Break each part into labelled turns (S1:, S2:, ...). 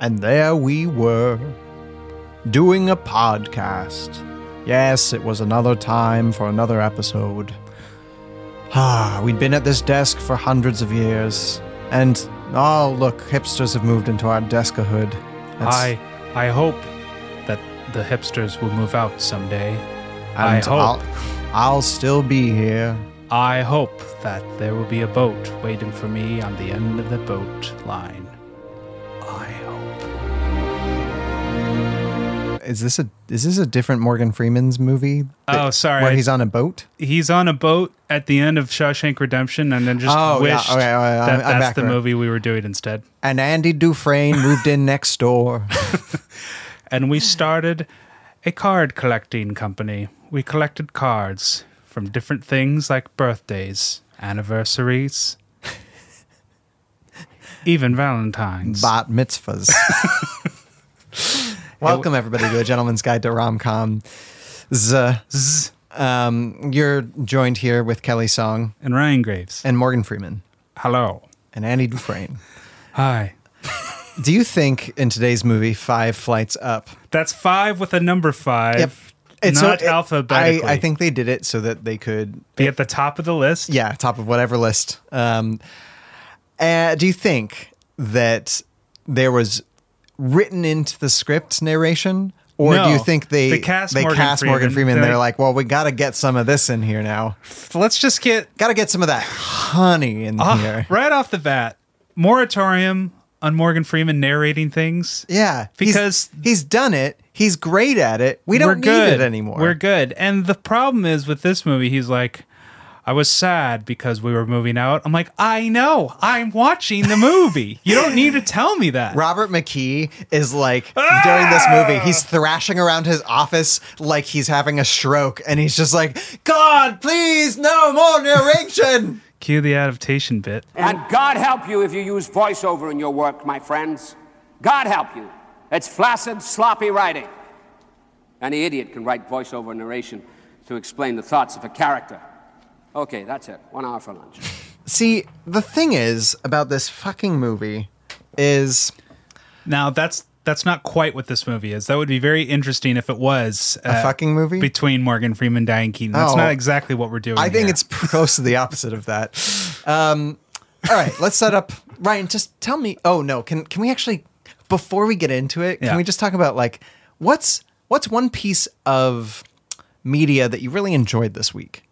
S1: And there we were, doing a podcast. Yes, it was another time for another episode. Ah, we'd been at this desk for hundreds of years, and oh, look, hipsters have moved into our deskahood. That's-
S2: I I hope that the hipsters will move out someday. I
S1: and
S2: hope.
S1: I'll, I'll still be here.
S2: I hope that there will be a boat waiting for me on the end of the boat line. I hope.
S1: Is this a is this a different Morgan Freeman's movie?
S2: Oh,
S1: That-
S2: sorry.
S1: Where
S2: I-
S1: he's on a boat?
S2: He's on a boat at the end of Shawshank Redemption, and then just
S1: Oh, yeah,
S2: wished
S1: okay, okay, I'm-
S2: that
S1: I'm
S2: that's
S1: back
S2: the
S1: there.
S2: movie we were doing instead.
S1: And Andy Dufresne moved in next door.
S2: And
S1: Hmm.
S2: we started a card collecting company. We collected cards from different things like birthdays, anniversaries, even Valentine's.
S1: bat mitzvahs. Welcome everybody to a gentleman's guide to rom com.
S2: Zzz.
S1: Um, you're joined here with Kelly Song
S2: and Ryan Graves.
S1: and Morgan Freeman
S2: Hello.
S1: and Andy Dufresne.
S2: Hi.
S1: Do you think in today's movie Five Flights Up?
S2: That's five with a number five.
S1: It's
S2: not
S1: it-
S2: alphabetically.
S1: I, I think they did it so that they could
S2: be at the top of the list.
S1: yeah, top of whatever list. Um, uh, do you think that there was written into the script narration, or do you
S2: No.
S1: think they
S2: They cast
S1: they
S2: Morgan
S1: cast Morgan Freeman?
S2: Freeman. They're
S1: They're like,
S2: like-
S1: well, we got to get some of this in here now.
S2: Let's just get
S1: Got to get some of that honey in
S2: Ah,
S1: here.
S2: right off the bat. Moratorium on Morgan Freeman narrating things.
S1: Yeah, he's-
S2: Because-
S1: he's, done it. He's great at it. We
S2: We're
S1: don't
S2: good.
S1: need it anymore.
S2: We're good. And the problem is with this movie, he's like, I was sad because we were moving out. I'm like, I know. I'm watching the movie. you don't need to tell me that.
S1: Robert McKee is like during this movie, he's thrashing around his office like he's having a stroke, and he's just like, "God, please, no more narration."
S2: Cue the adaptation bit.
S3: And God help you if you use voiceover in your work, my friends. God help you. It's flaccid, sloppy writing. Any idiot can write voiceover narration to explain the thoughts of a character. Okay, that's it. One hour for lunch.
S1: See, the thing is about this fucking movie is
S2: Now that's that's not quite what this movie is. That would be very interesting if it was uh,
S1: a fucking movie.
S2: between Morgan Freeman and Diane Keaton. That's
S1: Oh.
S2: not exactly what we're doing.
S1: I think
S2: here.
S1: it's close to the opposite of that. Um, all right, let's set up. Ryan, just tell me. Oh no, can can we actually before we get into it? Can
S2: Yeah.
S1: we just talk about like what's what's one piece of media that you really enjoyed this week?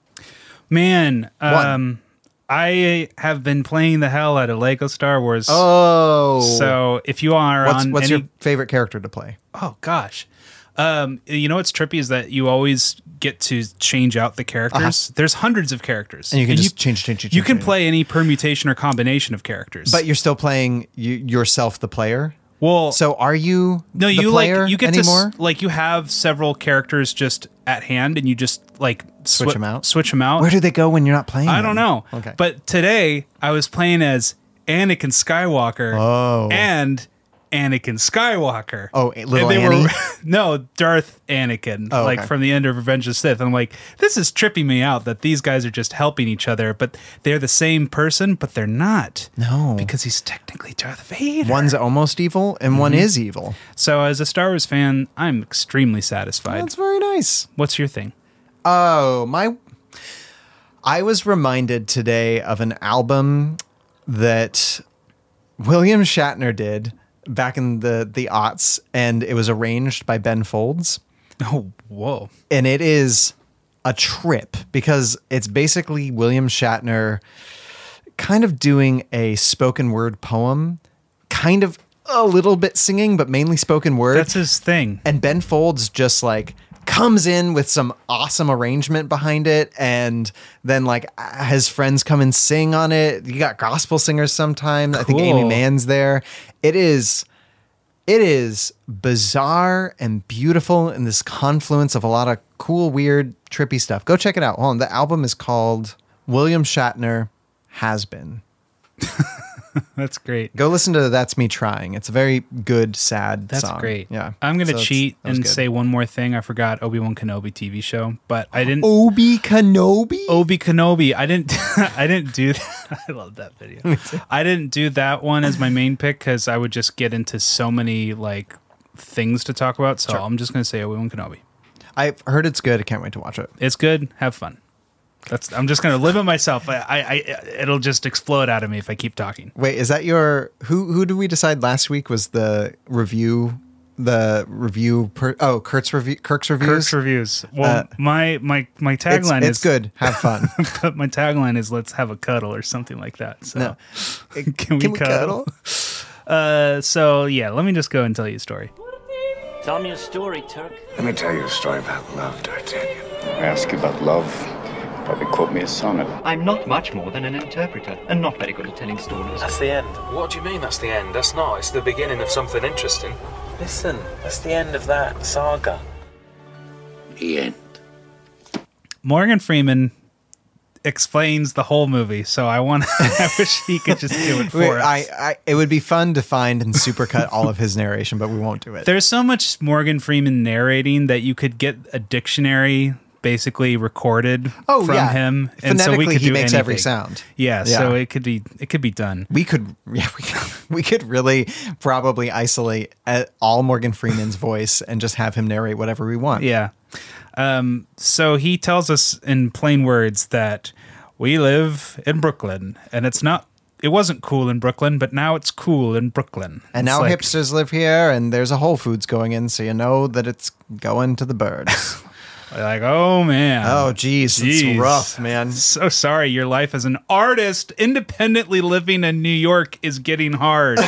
S2: man. Um, I have been playing the hell out of Lego Star Wars.
S1: Oh,
S2: so if you are
S1: what's
S2: on
S1: what's
S2: any,
S1: your favorite character to play?
S2: oh gosh. Um, you know what's trippy is that you always get to change out the characters. There's hundreds of characters,
S1: Uh-huh. And you can just change, change, change,
S2: You
S1: change,
S2: can
S1: change.
S2: play any permutation or combination of characters.
S1: But you're still playing you, yourself, the player.
S2: well,
S1: So are you
S2: No,
S1: the
S2: you
S1: player
S2: like you get
S1: anymore?
S2: to s- like you have several characters just at hand, and you just like swi-
S1: Switch 'em out?
S2: Switch them out.
S1: Where do they go when you're not playing?
S2: I
S1: them?
S2: don't know.
S1: Okay,
S2: But today I was playing as Anakin Skywalker.
S1: Oh.
S2: And Anakin Skywalker.
S1: Oh, a- little
S2: And
S1: Annie?
S2: Were, no, Darth Anakin.
S1: Oh,
S2: like
S1: okay.
S2: from the end of Revenge of the Sith. I'm like, this is tripping me out that these guys are just helping each other, but they're the same person, but they're not.
S1: No.
S2: Because he's technically Darth Vader.
S1: one's almost evil and one is evil.
S2: So as a Star Wars fan, I'm extremely satisfied.
S1: That's very nice.
S2: What's your thing?
S1: Oh, my. I was reminded today of an album that William Shatner did back in the, the aughts, and it was arranged by Ben Folds.
S2: Oh, whoa.
S1: and it is a trip because it's basically William Shatner kind of doing a spoken word poem, kind of a little bit singing, but mainly spoken word.
S2: That's his thing.
S1: and Ben Folds just like comes in with some awesome arrangement behind it and then like uh, his friends come and sing on it you got gospel singers sometimes i think amy
S2: Cool.
S1: mann's there it is it is bizarre and beautiful in this confluence of a lot of cool weird trippy stuff go check it out hold on the album is called william shatner has been
S2: That's great.
S1: Go listen to That's Me Trying. It's a very good, sad
S2: That's
S1: song.
S2: great.
S1: Yeah.
S2: I'm gonna
S1: So it's-
S2: cheat
S1: that was
S2: and
S1: good.
S2: say one more thing. I forgot Obi Wan Kenobi TV show, but
S1: Oh.
S2: I didn't.
S1: Obi Kenobi?
S2: Obi Kenobi. I didn't. I didn't do. That. I love that video. I didn't do that one as my main pick because I would just get into so many like things to talk about. So I'm just gonna say Obi Wan Kenobi.
S1: I've heard it's good. I can't wait to watch it.
S2: It's good. Have fun. That's. I'm just gonna limit myself. I, I. I. It'll just explode out of me if I keep talking.
S1: Wait, is that your who? Who did we decide last week was the review? The review. Per, oh, Kurt's review. Kirk's reviews.
S2: Kirk's reviews. Well, my my
S1: Uh,
S2: my
S1: It's,
S2: tagline
S1: it's
S2: is
S1: good. Have fun.
S2: But my tagline is "Let's have a cuddle" or something like that. So,
S1: No.
S2: can we cuddle? Uh, so yeah, let me just go and tell you a story.
S4: Tell me a story, Turk.
S5: Let me tell you a story about love, D'Artagnan. I ask you about love, probably quote me a sonnet.
S6: I'm not much more than an interpreter, and not very good at telling stories.
S7: That's the end. What do you mean that's the end? That's not. It's the beginning of something interesting. Listen, that's the end of that saga.
S5: The end.
S2: Morgan Freeman explains the whole movie, so I want. I wish he could just do it for
S1: Wait,
S2: us.
S1: I, I, it would be fun to find and supercut all of his narration, but we won't do it.
S2: There's so much Morgan Freeman narrating that you could get a dictionary basically recorded
S1: Oh,
S2: from
S1: yeah.
S2: him,
S1: Phonetically, he
S2: do
S1: makes every
S2: anything.
S1: sound.
S2: Yeah,
S1: Yeah.
S2: so it could be it could be done.
S1: we could, yeah, we could, we could really probably isolate uh, all Morgan Freeman's voice and just have him narrate whatever we want.
S2: Yeah. Um, so he tells us in plain words that we live in Brooklyn, and it's not. It wasn't cool in Brooklyn, but now it's cool in Brooklyn.
S1: And
S2: It's
S1: now
S2: like-
S1: hipsters live here, and there's a Whole Foods going in, so you know that it's going to the birds.
S2: like, oh man,
S1: oh, geez, it's
S2: Jeez.
S1: rough, man.
S2: So sorry, your life as an artist, independently living in New York, is getting hard.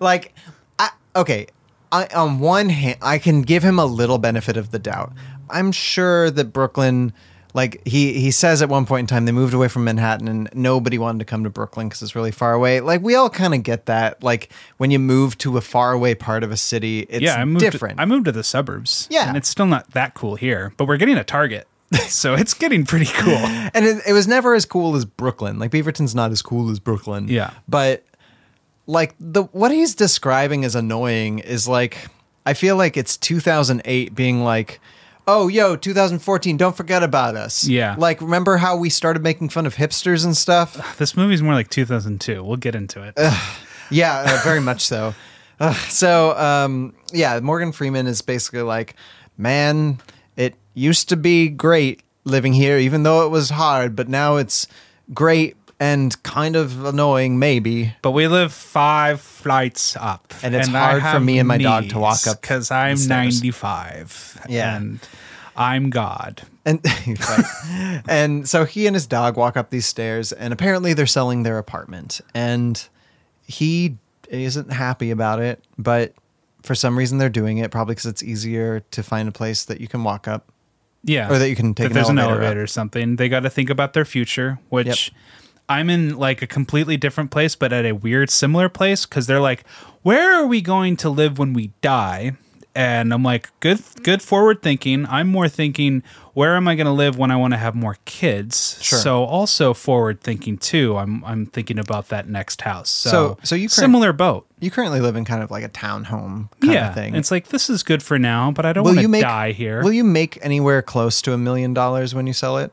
S1: Like, I, okay, I, on one hand, I can give him a little benefit of the doubt. I'm sure that Brooklyn, like he he says at one point in time, they moved away from Manhattan, and nobody wanted to come to Brooklyn because it's really far away. Like we all kind of get that. Like when you move to a faraway part of a city, it's
S2: yeah, I moved.
S1: different.
S2: To, I moved to the suburbs.
S1: Yeah.
S2: and it's still not that cool here, but we're getting a Target, so it's getting pretty cool.
S1: and it, it was never as cool as Brooklyn. Like Beaverton's not as cool as Brooklyn.
S2: Yeah.
S1: but like the what he's describing as annoying is like I feel like it's 2008 being like. Oh, yo, 2014, don't forget about us.
S2: Yeah.
S1: Like, remember how we started making fun of hipsters and stuff?
S2: This movie's more like 2002. We'll get into it.
S1: yeah, uh, very much so. Ugh, so, um, yeah, Morgan Freeman is basically like, man, it used to be great living here, even though it was hard, but now it's great and kind of annoying, maybe.
S2: But we live five flights up,
S1: And it's hard for me and my dog to walk up
S2: because
S1: the
S2: I'm
S1: stairs.
S2: 95.
S1: Yeah.
S2: and I'm God.
S1: And right. and so he and his dog walk up these stairs, and apparently they're selling their apartment, and he isn't happy about it, but for some reason they're doing it, probably because it's easier to find a place that you can walk up.
S2: Yeah.
S1: Or that you can take
S2: if
S1: an
S2: there's
S1: elevator up.
S2: an elevator or something. They got to think about their future, which I'm in like a completely different place, but at a weird similar place because they're like, where are we going to live when we die? And I'm like, good, good forward thinking. I'm more thinking, where am I going to live when I want to have more kids?
S1: Sure.
S2: So also forward thinking too. I'm I'm thinking about that next house. So
S1: So- so you current-
S2: similar boat.
S1: You currently live in kind of like a townhome kind
S2: Yeah,
S1: of thing.
S2: it's like this is good for now, but I don't
S1: will
S2: want to
S1: you make
S2: die here.
S1: Will you make anywhere close to a million dollars when you sell it?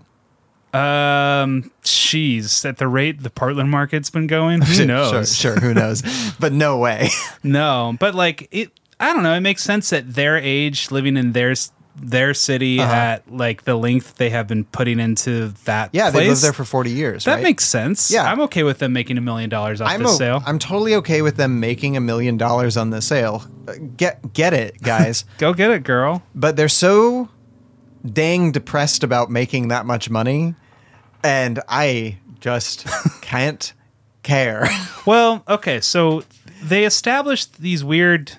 S2: Um, jeez, at the rate the Portland market's been going, who knows?
S1: Sure, sure, who knows? but no way.
S2: No, but like it, I don't know. It makes sense at their age, living in their s- their city
S1: Uh-huh.
S2: at like the length they have been putting into that.
S1: Yeah, they lived
S2: place,
S1: there for forty years.
S2: That
S1: right?
S2: makes sense.
S1: Yeah.
S2: I'm okay with them making a million dollars off
S1: I'm
S2: this
S1: o-
S2: sale.
S1: I'm totally okay with them making a million dollars on the sale. Uh, Get get it, guys.
S2: Go get it, girl.
S1: but they're so dang depressed about making that much money, and I just can't care.
S2: Well, okay, so they established these weird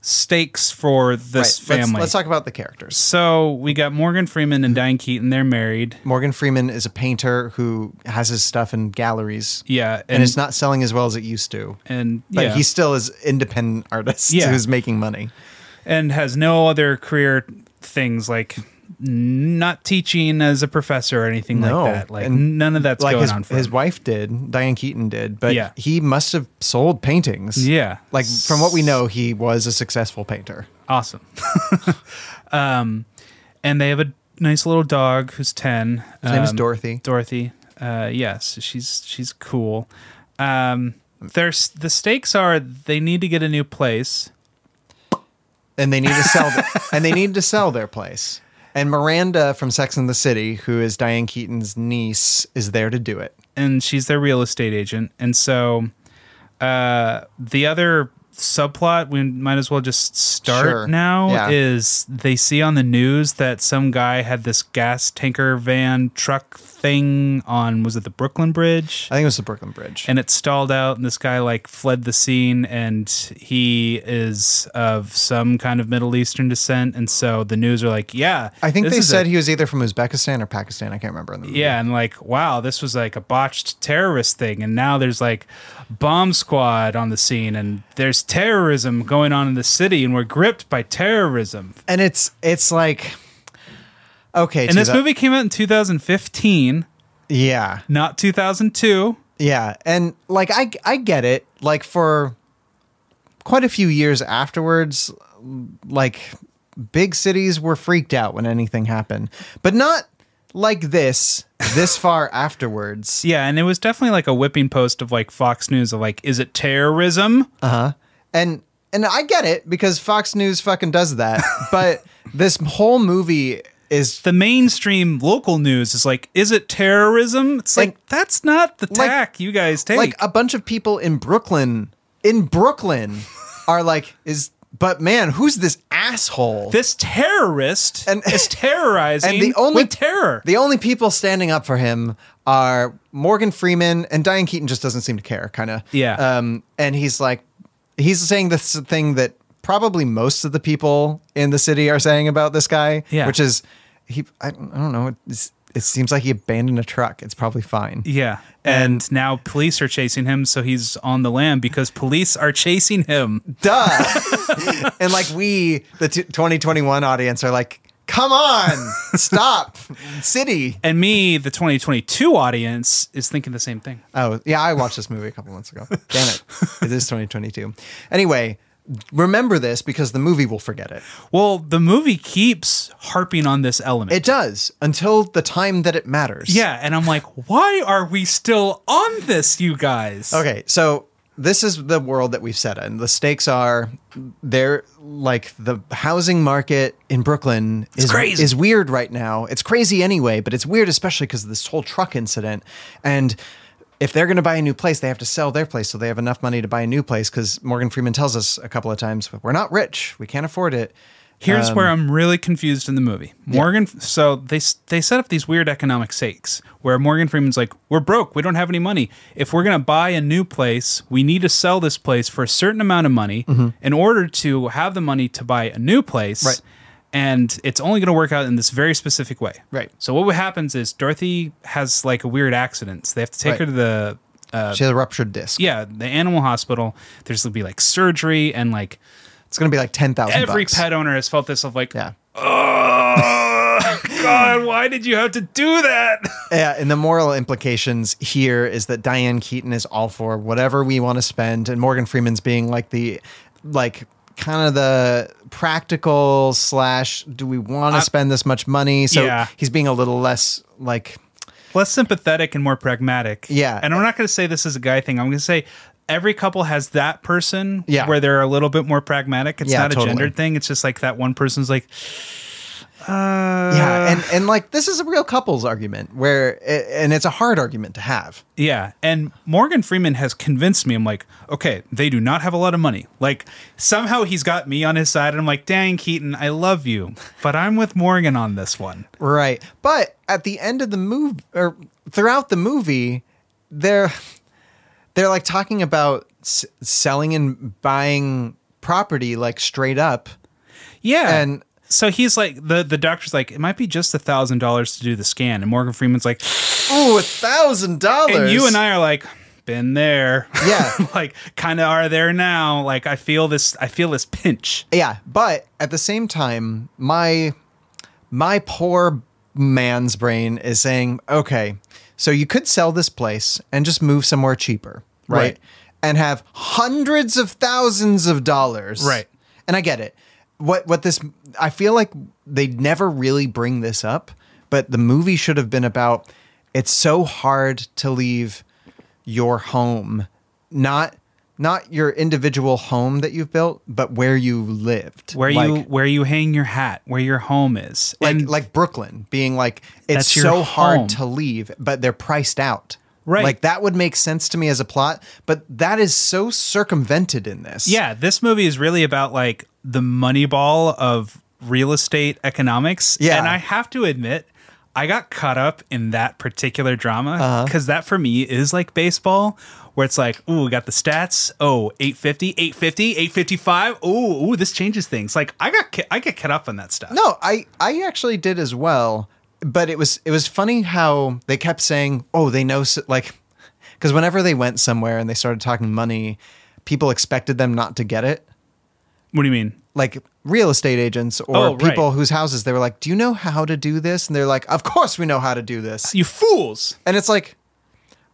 S2: stakes for
S1: Right,
S2: this
S1: let's-
S2: family.
S1: let's talk about the characters.
S2: so we got Morgan Freeman and Diane Keaton. They're married.
S1: Morgan Freeman is a painter who has his stuff in galleries.
S2: Yeah,
S1: And, it's not selling as well as it used to.
S2: And
S1: But
S2: yeah.
S1: he still is independent artist
S2: Yeah.
S1: who's making money.
S2: and has no other career things like not teaching as a professor or anything
S1: No,
S2: like that. Like
S1: and
S2: none of that's
S1: like
S2: going
S1: his,
S2: on for
S1: his
S2: him.
S1: wife did, Diane Keaton did, but
S2: Yeah.
S1: he must have sold paintings.
S2: Yeah.
S1: Like from what we know, he was a successful painter.
S2: Awesome. um, and they have a nice little dog who's ten.
S1: His name is
S2: Um,
S1: Dorothy.
S2: Dorothy. Uh, yes, she's she's cool. Um, there's the stakes are they need to get a new place.
S1: and they need to sell th- and they need to sell their place. And Miranda from Sex and the City, who is Diane Keaton's niece, is there to do it.
S2: and she's their real estate agent. And so uh, the other subplot we might as well just start
S1: Sure.
S2: now
S1: Yeah.
S2: is they see on the news that some guy had this gas tanker van truck thing on was it the Brooklyn Bridge?
S1: I think it was the Brooklyn Bridge.
S2: and it stalled out and this guy like fled the scene and he is of some kind of middle eastern descent and so the news are like yeah
S1: I think
S2: this
S1: they
S2: is
S1: said
S2: a-
S1: he was either from Uzbekistan or Pakistan. I can't remember. In the movie.
S2: yeah, and like, wow, this was like a botched terrorist thing, and now there's like bomb squad on the scene, and there's terrorism going on in the city, and we're gripped by terrorism.
S1: and it's it's like okay.
S2: And this
S1: 2000
S2: movie came out in 2015,
S1: yeah,
S2: not 2002.
S1: yeah, and like I I get it. Like for quite a few years afterwards, like big cities were freaked out when anything happened, but not like this. This far afterwards,
S2: Yeah, and it was definitely like a whipping post of like Fox News of like, is it terrorism?
S1: and and I get it because Fox News fucking does that. But this whole movie is
S2: the mainstream local news is like, is it terrorism? It's like,
S1: Like-
S2: that's not the tack you guys take.
S1: like a bunch of people in Brooklyn in Brooklyn are like is but man, who's this asshole?
S2: this terrorist
S1: And-
S2: is terrorizing
S1: and the only
S2: with terror.
S1: the only people standing up for him are Morgan Freeman and Diane Keaton. Just doesn't seem to care, kind of.
S2: Yeah.
S1: Um, and he's like, he's saying this thing that probably most of the people in the city are saying about this guy.
S2: Yeah.
S1: Which is, he. I, don't- I don't know. It's, it seems like he abandoned a truck. It's probably fine.
S2: Yeah. And, now police are chasing him, so he's on the lam because police are chasing him.
S1: Duh. and like we, the t- 2021 audience, are like, come on, stop, city.
S2: And me, the 2022 audience, is thinking the same thing.
S1: Oh, yeah, I watched this movie a couple months ago. Damn it. It is 2022. Anyway, remember this because the movie will forget it.
S2: Well, the movie keeps harping on this element.
S1: It does until the time that it matters.
S2: yeah. And I'm like, why are we still on this, you guys?
S1: Okay, so this is the world that we've set in. The stakes are they're like the housing market in Brooklyn is
S2: crazy.
S1: is weird right now. It's crazy anyway, but it's weird especially because of this whole truck incident. And if they're going to buy a new place, they have to sell their place so they have enough money to buy a new place. Because Morgan Freeman tells us a couple of times, "We're not rich. We can't afford it."
S2: Here's where
S1: Um,
S2: I'm really confused in the movie. Morgan, so they s- they set up these weird economic stakes where Morgan Freeman's like, "We're broke. We don't have any money. If we're gonna buy a new place, we need to sell this place for a certain amount of money in order to have the money to buy a new place."
S1: Mm-hmm. Right.
S2: And it's only going to work out in this very specific way.
S1: Right.
S2: So what happens is Dorothy has like a weird accident. So they have to take
S1: Right.
S2: her to the
S1: she has a ruptured disc.
S2: Uh, yeah the animal hospital. There's going to be like surgery and like
S1: It's going to be like ten thousand.
S2: every
S1: bucks.
S2: pet owner has felt this of like
S1: Yeah.
S2: Oh God! Why did you have to do that?
S1: Yeah, and the moral implications here is that Diane Keaton is all for whatever we want to spend, and Morgan Freeman's being like the, like kind of the practical slash. Do we want to spend this much money? So
S2: yeah.
S1: he's being a little less like.
S2: Less sympathetic and more pragmatic.
S1: Yeah.
S2: And I'm not going to say this is a guy thing. I'm going to say every couple has that person
S1: Yeah.
S2: where they're a little bit more pragmatic. It's
S1: Yeah,
S2: not a
S1: totally.
S2: gendered thing. It's just like that one person's like, Uh.
S1: Yeah, and and like this is a real couples argument where, and it's a hard argument to have.
S2: yeah. And Morgan Freeman has convinced me. I'm like, okay, they do not have a lot of money. Like somehow he's got me on his side. And I'm like, dang, Keaton, I love you, but I'm with Morgan on this one.
S1: Right. But at the end of the movie or throughout the movie, they're they're like talking about s- selling and buying property like straight up.
S2: Yeah.
S1: And-
S2: so he's like the the doctor's like, it might be just a thousand dollars to do the scan. And Morgan Freeman's like,
S1: Ooh, a thousand dollars.
S2: and you and I are like, been there.
S1: Yeah.
S2: like kind of are there now. Like I feel this I feel this pinch.
S1: Yeah, but at the same time, my my poor man's brain is saying, okay, so you could sell this place and just move somewhere cheaper, right?
S2: Right.
S1: And have hundreds of thousands of dollars.
S2: Right.
S1: And I get it. What what this I feel like they never really bring this up, but the movie should have been about it's so hard to leave your home, not not your individual home that you've built, but where you lived.
S2: where you
S1: Like-
S2: where you hang your hat, where your home is,
S1: like
S2: and
S1: like Brooklyn being like it's
S2: That's your
S1: so
S2: home.
S1: hard to leave, but they're priced out.
S2: Right.
S1: Like that would make sense to me as a plot, but that is so circumvented in this.
S2: yeah, this movie is really about like the money ball of real estate economics.
S1: Yeah.
S2: and I have to admit, I got caught up in that particular
S1: Uh-huh.
S2: drama because that for me is like baseball. Where it's like, ooh, we got the stats. Oh, 850, 850, 855. Ooh, ooh, this changes things. Like I got ca- I get caught up on that stuff.
S1: No, I I actually did as well, but it was it was funny how they kept saying, "Oh, they know s like cuz whenever they went somewhere and they started talking money, people expected them not to get it.
S2: What do you mean?
S1: like real estate agents or
S2: Oh, right.
S1: people whose houses they were like, "Do you know how to do this?" And they're like, "Of course we know how to do this."
S2: You fools.
S1: And it's like,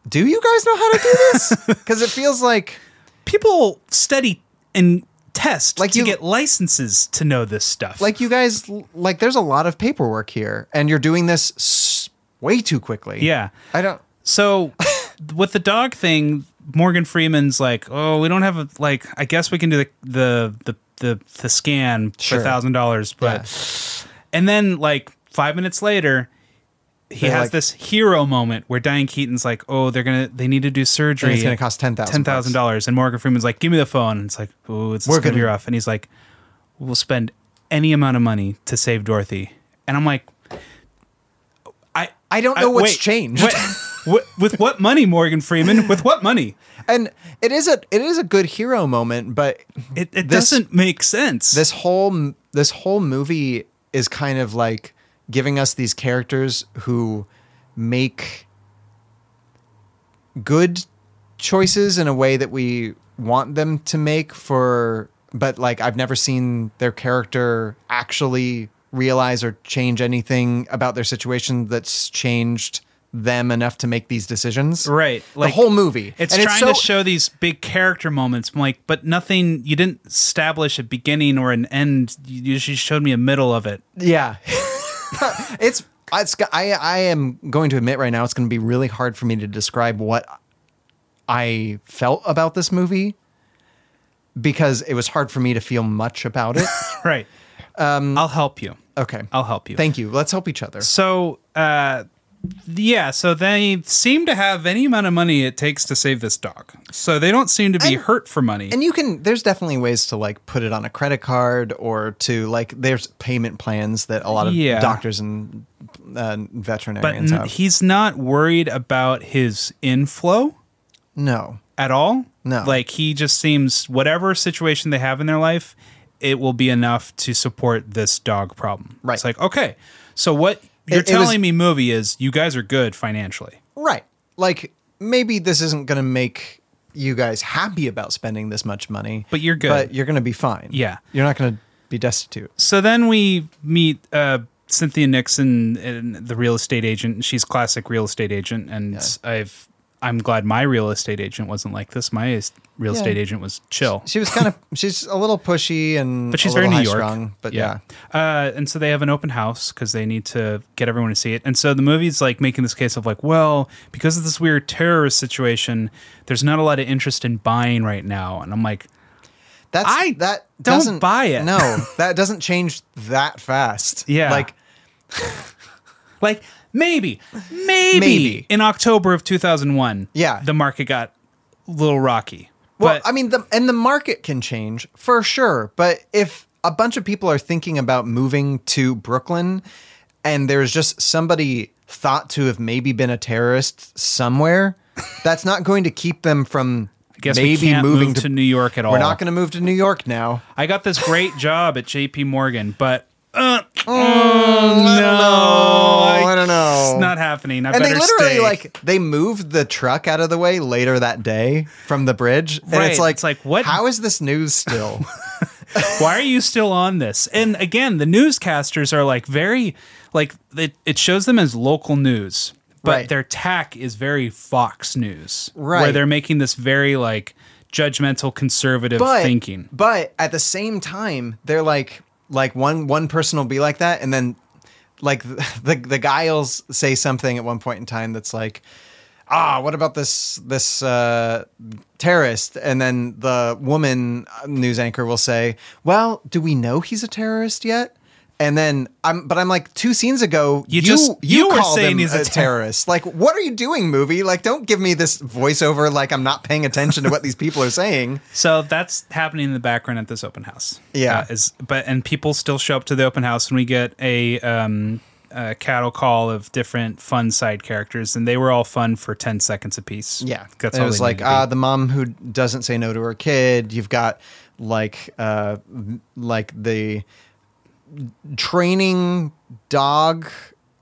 S1: "Do you guys know how to do this?" Because it feels like
S2: People study and test
S1: Like
S2: to
S1: you-
S2: get licenses to know this stuff.
S1: like you guys like there's a lot of paperwork here, and you're doing this s- way too quickly.
S2: Yeah.
S1: I don't.
S2: So with the dog thing, Morgan Freeman's like, oh, we don't have a like. I guess we can do the the the the, the scan
S1: Sure.
S2: for thousand dollars, but and then like five minutes later. He
S1: They're
S2: has
S1: like-
S2: this hero moment where Diane Keaton's like, "Oh, they're gonna, they need to do surgery.
S1: And it's gonna cost $10,000.
S2: ten thousand dollars." And Morgan Freeman's like, "Give me the phone." And it's like, "Oh, it's, it's
S1: We're
S2: gonna be
S1: gonna-
S2: rough." And he's like, "We'll spend any amount of money to save Dorothy." And I'm like, "I,
S1: I don't know
S2: I-
S1: what's
S2: wait,
S1: changed.
S2: wait, wi- with what money, Morgan Freeman? With what money?
S1: And it is a it is a good hero moment, but
S2: It, it
S1: This-
S2: doesn't make sense.
S1: this whole this whole movie is kind of like giving us these characters who make good choices in a way that we want them to make for but like I've never seen their character actually realize or change anything about their situation that's changed them enough to make these decisions.
S2: right,
S1: the whole movie.
S2: It's
S1: And
S2: trying
S1: so-
S2: to show these big character moments, I'm like, but nothing. You didn't establish a beginning or an end. You, you just showed me a middle of it.
S1: Yeah, it's it's I I am going to admit right now it's going to be really hard for me to describe what I felt about this movie because it was hard for me to feel much about it.
S2: Right. Um, I'll help you.
S1: Okay,
S2: I'll help you.
S1: Thank you. Let's help each other.
S2: So, uh, yeah, so they seem to have any amount of money it takes to save this dog. So they don't seem to be hurt for money.
S1: And you can there's definitely ways to like put it on a credit card or to like there's payment plans that a lot of
S2: Yeah.
S1: doctors and uh,
S2: but
S1: veterinarians
S2: n-
S1: have.
S2: he's not worried about his inflow
S1: no.
S2: at all.
S1: No.
S2: Like he just seems whatever situation they have in their life, it will be enough to support this dog problem.
S1: Right.
S2: It's like, okay, so what you're
S1: It- it was-
S2: telling me, movie, is you guys are good financially.
S1: Right. Like maybe this isn't going to make you guys happy about spending this much money,
S2: But you're good.
S1: But you're going to be fine.
S2: Yeah.
S1: You're not going to be destitute.
S2: So then we meet uh, Cynthia Nixon, and the real estate agent. and She's classic real estate agent, and I've I'm glad my real estate agent wasn't like this. My es- real
S1: Yeah.
S2: estate agent was chill,
S1: She was kind of she's a little pushy and
S2: but she's
S1: a
S2: very
S1: little
S2: New York.
S1: high-strung, but yeah.
S2: Uh, and so they have an open house because they need to get everyone to see it. And so the movie's like making this case of like, well, because of this weird terrorist situation, there's not a lot of interest in buying right now. And I'm like,
S1: That's
S2: I
S1: that
S2: don't
S1: doesn't
S2: buy it.
S1: No, that doesn't change that fast.
S2: Yeah.
S1: Like
S2: Like maybe, maybe,
S1: Maybe.
S2: in October of 2001,
S1: Yeah.
S2: the market got a little rocky.
S1: well,
S2: but
S1: I mean the and the market can change for sure, but if a bunch of people are thinking about moving to Brooklyn and there's just somebody thought to have maybe been a terrorist somewhere, that's not going to keep them from
S2: I guess
S1: maybe
S2: we can't
S1: moving
S2: move
S1: to,
S2: to, New York at all.
S1: We're not going to move to New York now.
S2: I got this great job at J.P. Morgan, but uh,
S1: Oh,
S2: I-
S1: I don't Mm, know.
S2: it's not happening. I
S1: and they
S2: better
S1: literally
S2: stay.
S1: like they moved the truck out of the way later that day from the bridge, and
S2: Right,
S1: it's like
S2: it's like, what-
S1: How is this news still?
S2: Why are you still on this? And again, the newscasters are like very, like it, it shows them as local news, but
S1: Right.
S2: their tack is very Fox News, Where
S1: Right.
S2: they're making this very like judgmental conservative
S1: but
S2: thinking.
S1: But at the same time, they're like like one one person will be like that, and then like the the, the guiles say something at one point in time that's like. Ah, what about this this uh, terrorist? And then the woman uh, news anchor will say, "Well, do we know he's a terrorist yet?" And then I'm, but I'm like, two scenes ago,
S2: You
S1: you
S2: just- you were
S1: called
S2: saying
S1: him
S2: he's a terrorist.
S1: terrorist. Like, what are you doing, movie? Like, don't give me this voiceover. Like, I'm not paying attention to what these people are saying.
S2: So that's happening in the background at this open house.
S1: Yeah.
S2: Uh, is but and people still show up to the open house, and we get a um a cattle call of different fun side characters, and they were all fun for ten seconds apiece.
S1: Yeah,
S2: that's
S1: And
S2: all
S1: it was
S2: they
S1: like
S2: needed to be.
S1: uh, the mom who doesn't say no to her kid. You've got like uh, m- like the training dog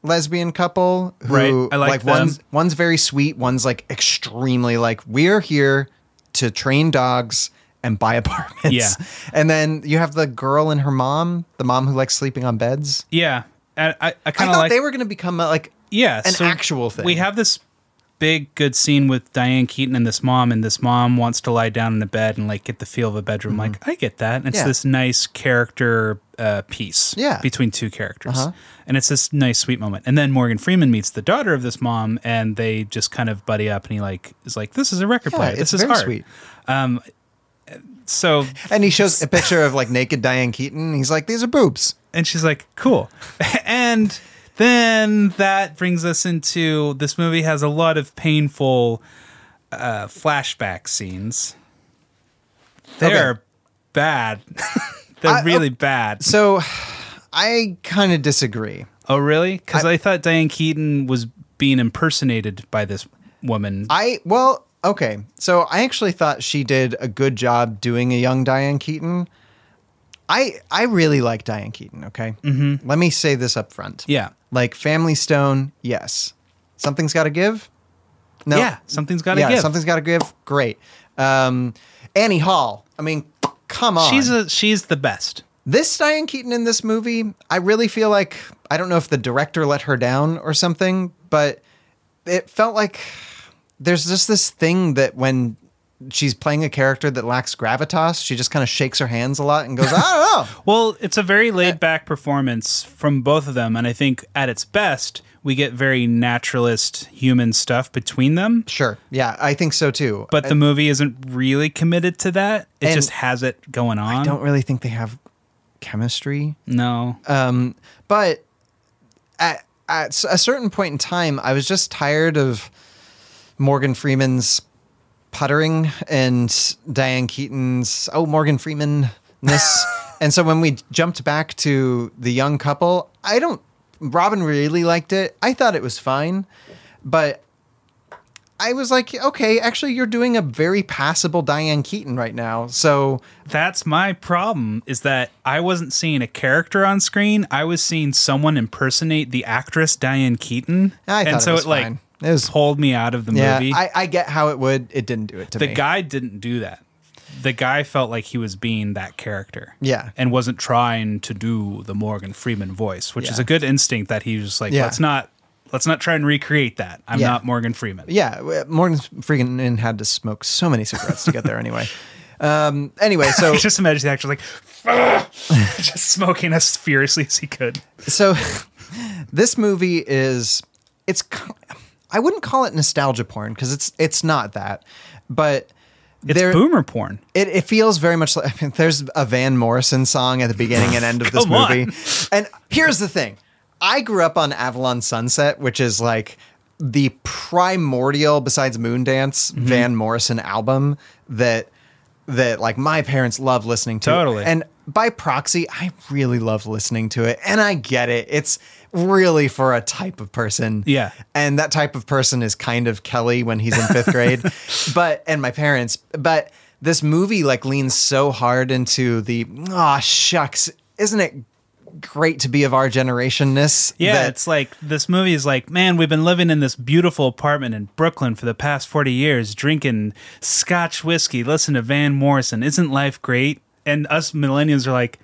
S1: lesbian couple who
S2: Right, I like them.
S1: one's one's very sweet, one's like extremely like we're here to train dogs and buy apartments.
S2: Yeah.
S1: and then you have the girl and her mom, the mom who likes sleeping on beds.
S2: yeah. And I I
S1: uh, I
S2: kind of
S1: thought
S2: like
S1: they were going to become uh, like
S2: yeah
S1: an actual thing.
S2: We have this big good scene with Diane Keaton and this mom, and this mom wants to lie down in a bed and like get the feel of a bedroom. Like I get that. And it's
S1: Mm-hmm. Yeah.
S2: this nice character uh, piece
S1: Yeah. Uh-huh.
S2: between two characters, and it's this nice sweet moment. And then Morgan Freeman meets the daughter of this mom, and they just kind of buddy up, and he like is like, "This is a record
S1: Yeah,
S2: player.
S1: it's
S2: This is
S1: very
S2: art."
S1: sweet.
S2: So
S1: And he shows a picture of like naked Diane Keaton. He's like, these are boobs.
S2: And she's like, cool. and then that brings us into this movie has a lot of painful uh, flashback scenes. They're
S1: Okay.
S2: bad. They're
S1: I- oh.
S2: really bad.
S1: So I kind of disagree.
S2: Oh, really? Because I, thought Diane Keaton was being impersonated by this woman.
S1: I, well, okay. So I actually thought she did a good job doing a young Diane Keaton. I, I really like Diane Keaton, okay? Mm-hmm. Let me say this up front.
S2: yeah.
S1: Like Family Stone, yes. Something's got to give? No.
S2: Yeah. Something's got to
S1: yeah,
S2: give.
S1: something's got to give. Great. Um, Annie Hall. I mean, come on.
S2: she's, a, she's the best.
S1: This Diane Keaton in this movie, I really feel like I don't know if the director let her down or something, but it felt like there's just this thing that when she's playing a character that lacks gravitas, she just kind of shakes her hands a lot and goes, "I don't know."
S2: Well, it's a very
S1: Eh.
S2: laid back performance from both of them, and I think at its best, we get very naturalist human stuff between them.
S1: Sure, yeah, I think so too.
S2: But the movie isn't really committed to that. It
S1: And-
S2: just has it going on.
S1: I don't uh, really think they have chemistry.
S2: no.
S1: but at, at s- a certain point in time, I was just tired of Morgan Freeman's puttering and Diane Keaton's oh Morgan Freemanness. and so when we jumped back to the young couple, I don't. Robin really liked it. I thought it was fine, but. I was like, okay, actually, you're doing a very passable Diane Keaton right now. So
S2: That's my problem is that I wasn't seeing a character on screen. I was seeing someone impersonate the actress Diane Keaton.
S1: I
S2: and
S1: thought it
S2: so
S1: was
S2: like
S1: fine. It was-
S2: pulled me out of the
S1: yeah,
S2: movie.
S1: I, I get how it would. It didn't do it to
S2: the
S1: me.
S2: guy didn't do that. The guy felt like he was being that character.
S1: Yeah.
S2: And wasn't trying to do the Morgan Freeman voice, which is
S1: Yeah.
S2: a good instinct that he was like,
S1: Yeah.
S2: let's not let's not try and recreate that. I'm
S1: Yeah.
S2: not Morgan Freeman.
S1: yeah, w- Morgan Freeman had to smoke so many cigarettes to get there anyway. Um, anyway, so
S2: I just imagine the actor like just smoking as furiously as he could.
S1: so this movie is it's ki- I wouldn't call it nostalgia porn because it's it's not that, but
S2: It's
S1: there
S2: boomer porn.
S1: it, it feels very much like I mean, there's a Van Morrison song at the beginning and end of this
S2: Come on.
S1: movie. And here's the thing I grew up on Avalon Sunset, which is like the primordial, besides Moondance,
S2: Mm-hmm.
S1: Van Morrison album that that like my parents love listening to
S2: Totally.
S1: and by proxy i really love listening to it and i get it it's really for a type of person
S2: Yeah.
S1: and that type of person is kind of Kelly when he's in fifth grade, but and my parents. But this movie like leans so hard into the ah shucks, isn't it great to be of our generationness?
S2: Yeah,
S1: that-
S2: it's like this movie is like, man, we've been living in this beautiful apartment in Brooklyn for the past 40 years, drinking scotch whiskey, listen to Van Morrison. Isn't life great? and us millennials are like,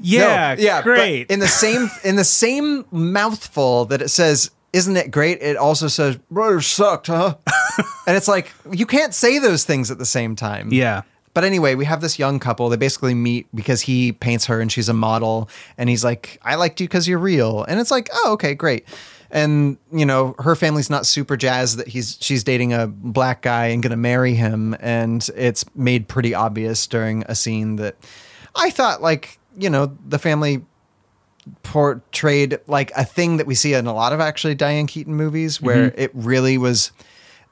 S2: yeah,
S1: No, yeah, but
S2: great.
S1: In the same in the same mouthful that it says, "Isn't it great?" It also says, "Brother sucked, huh?" and it's like you can't say those things at the same time.
S2: yeah.
S1: But anyway, we have this young couple. They basically meet because he paints her and she's a model. And he's like, I liked you because you're real. And it's like, oh, okay, great. And, you know, her family's not super jazzed that he's she's dating a black guy and gonna marry him. And it's made pretty obvious during a scene that I thought like, you know, the family portrayed like a thing that we see in a lot of actually Diane Keaton movies where
S2: Mm-hmm.
S1: it really was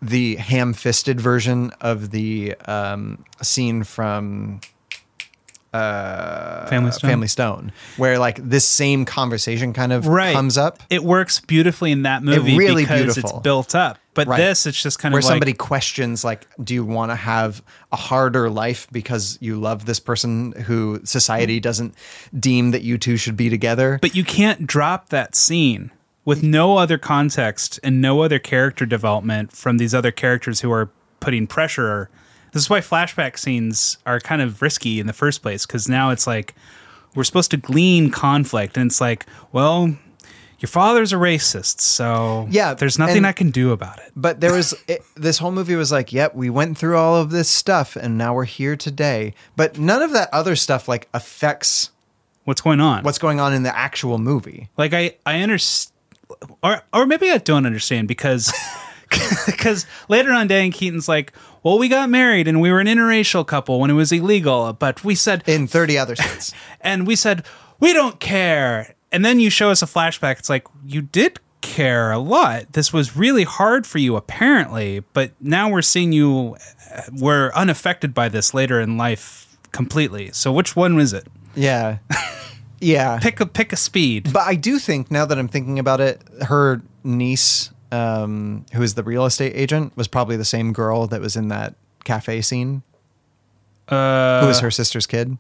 S1: the ham fisted version of the um, scene from uh,
S2: Family Stone.
S1: Family Stone, where like this same conversation kind of
S2: right.
S1: comes up.
S2: It works beautifully in that movie
S1: really
S2: because
S1: beautiful.
S2: it's built up. But
S1: Right.
S2: this, it's just kind
S1: where
S2: of like,
S1: somebody questions like do you want to have a harder life because you love this person who society
S2: Mm-hmm.
S1: doesn't deem that you two should be together
S2: but you can't drop that scene with no other context and no other character development from these other characters who are putting pressure. This is why flashback scenes are kind of risky in the first place because now it's like we're supposed to glean conflict, and it's like, well, your father's a racist, so
S1: Yeah,
S2: there's nothing
S1: and-
S2: I can do about it.
S1: but there was it, this whole movie was like, yep, we went through all of this stuff and now we're here today. But none of that other stuff like affects
S2: What's going on?
S1: what's going on in the actual movie.
S2: Like I I understand, or or maybe I don't understand because because later on, Dan Keaton's like, well, we got married and we were an interracial couple when it was illegal, but we said
S1: In 30 other states.
S2: and we said we don't care. And then you show us a flashback. It's like you did care a lot. This was really hard for you apparently, but now we're seeing you uh, were unaffected by this later in life completely. So which one was it?
S1: yeah. Yeah.
S2: Pick a pick a speed.
S1: But I do think now that I'm thinking about it, her niece, um, who is the real estate agent, was probably the same girl that was in that cafe scene. Uh, who was her sister's kid?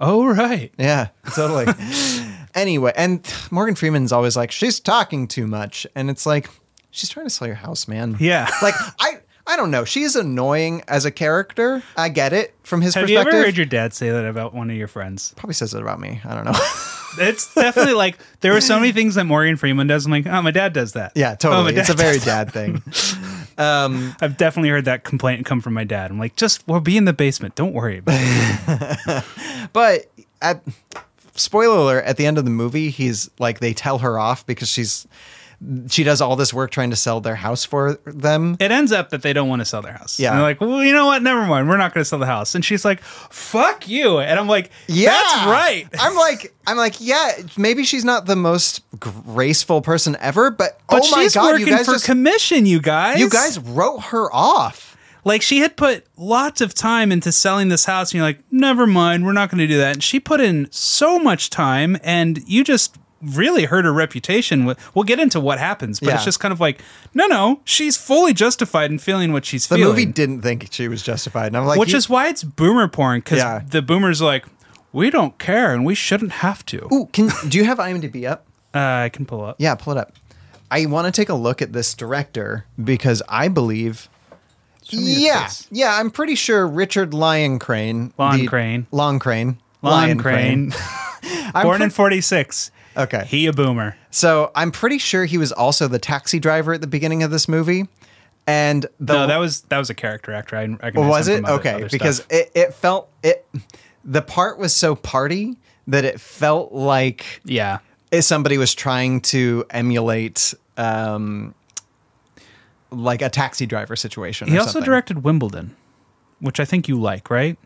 S2: Oh right.
S1: Yeah, totally. anyway, and Morgan Freeman's always like, she's talking too much. And it's like, she's trying to sell your house, man.
S2: Yeah.
S1: Like, I. I don't know. She's annoying as a character. I get it from his
S2: Have you
S1: perspective.
S2: ever heard your dad say that about one of your friends?
S1: Probably says it about me. I don't know.
S2: It's definitely like there are so many things that Morgan Freeman does. I'm like, oh, my dad does that.
S1: yeah,
S2: Oh, my
S1: totally. it's a
S2: dad
S1: very
S2: does that.
S1: dad thing.
S2: I've definitely heard that complaint come from my dad. I'm like, just we'll be in the basement. Don't worry about it.
S1: But at spoiler alert, at the end of the movie, he's like they tell her off because she's she does all this work trying to sell their house for them.
S2: It ends up that they don't want to sell their house.
S1: Yeah.
S2: And they're like, well, you know what? Never mind. We're not going to sell the house. And she's like, fuck you. And I'm like,
S1: Yeah,
S2: that's right.
S1: I'm like, I'm like, yeah. Maybe she's not the most graceful person ever, but,
S2: But
S1: oh my
S2: she's
S1: god, you
S2: working
S1: guys
S2: for
S1: just
S2: commission, you guys.
S1: you guys wrote her off.
S2: Like she had put lots of time into selling this house, and you're like, never mind, we're not going to do that. And she put in so much time, and you just really hurt her reputation. With- We'll get into what happens, but
S1: Yeah.
S2: it's just kind of like, no, no, she's fully justified in feeling what she's
S1: The
S2: feeling.
S1: movie didn't think she was justified, and I'm like,
S2: which
S1: you-
S2: is why it's boomer porn because
S1: Yeah.
S2: the boomers are like, we don't care, and we shouldn't have to.
S1: Ooh, can do you have IMDb up?
S2: Uh, I can pull up.
S1: Yeah, pull it up. I want to take a look at this director because I believe.
S2: your
S1: Yeah,
S2: face.
S1: yeah, I'm pretty sure Richard Lion Crane.
S2: Lon Crane.
S1: Long Crane.
S2: Lon
S1: Lion
S2: Crane,
S1: I'm
S2: born
S1: pre-
S2: in '46.
S1: Okay.
S2: he a boomer.
S1: so I'm pretty sure he was also the taxi driver at the beginning of this movie, and the
S2: No, that was that was a character actor. I, I
S1: Well, was it okay because it, it felt it the part was so party that it felt like
S2: yeah,
S1: if somebody was trying to emulate um like a taxi driver situation
S2: He
S1: or
S2: also
S1: something.
S2: directed Wimbledon, which I think you like, right?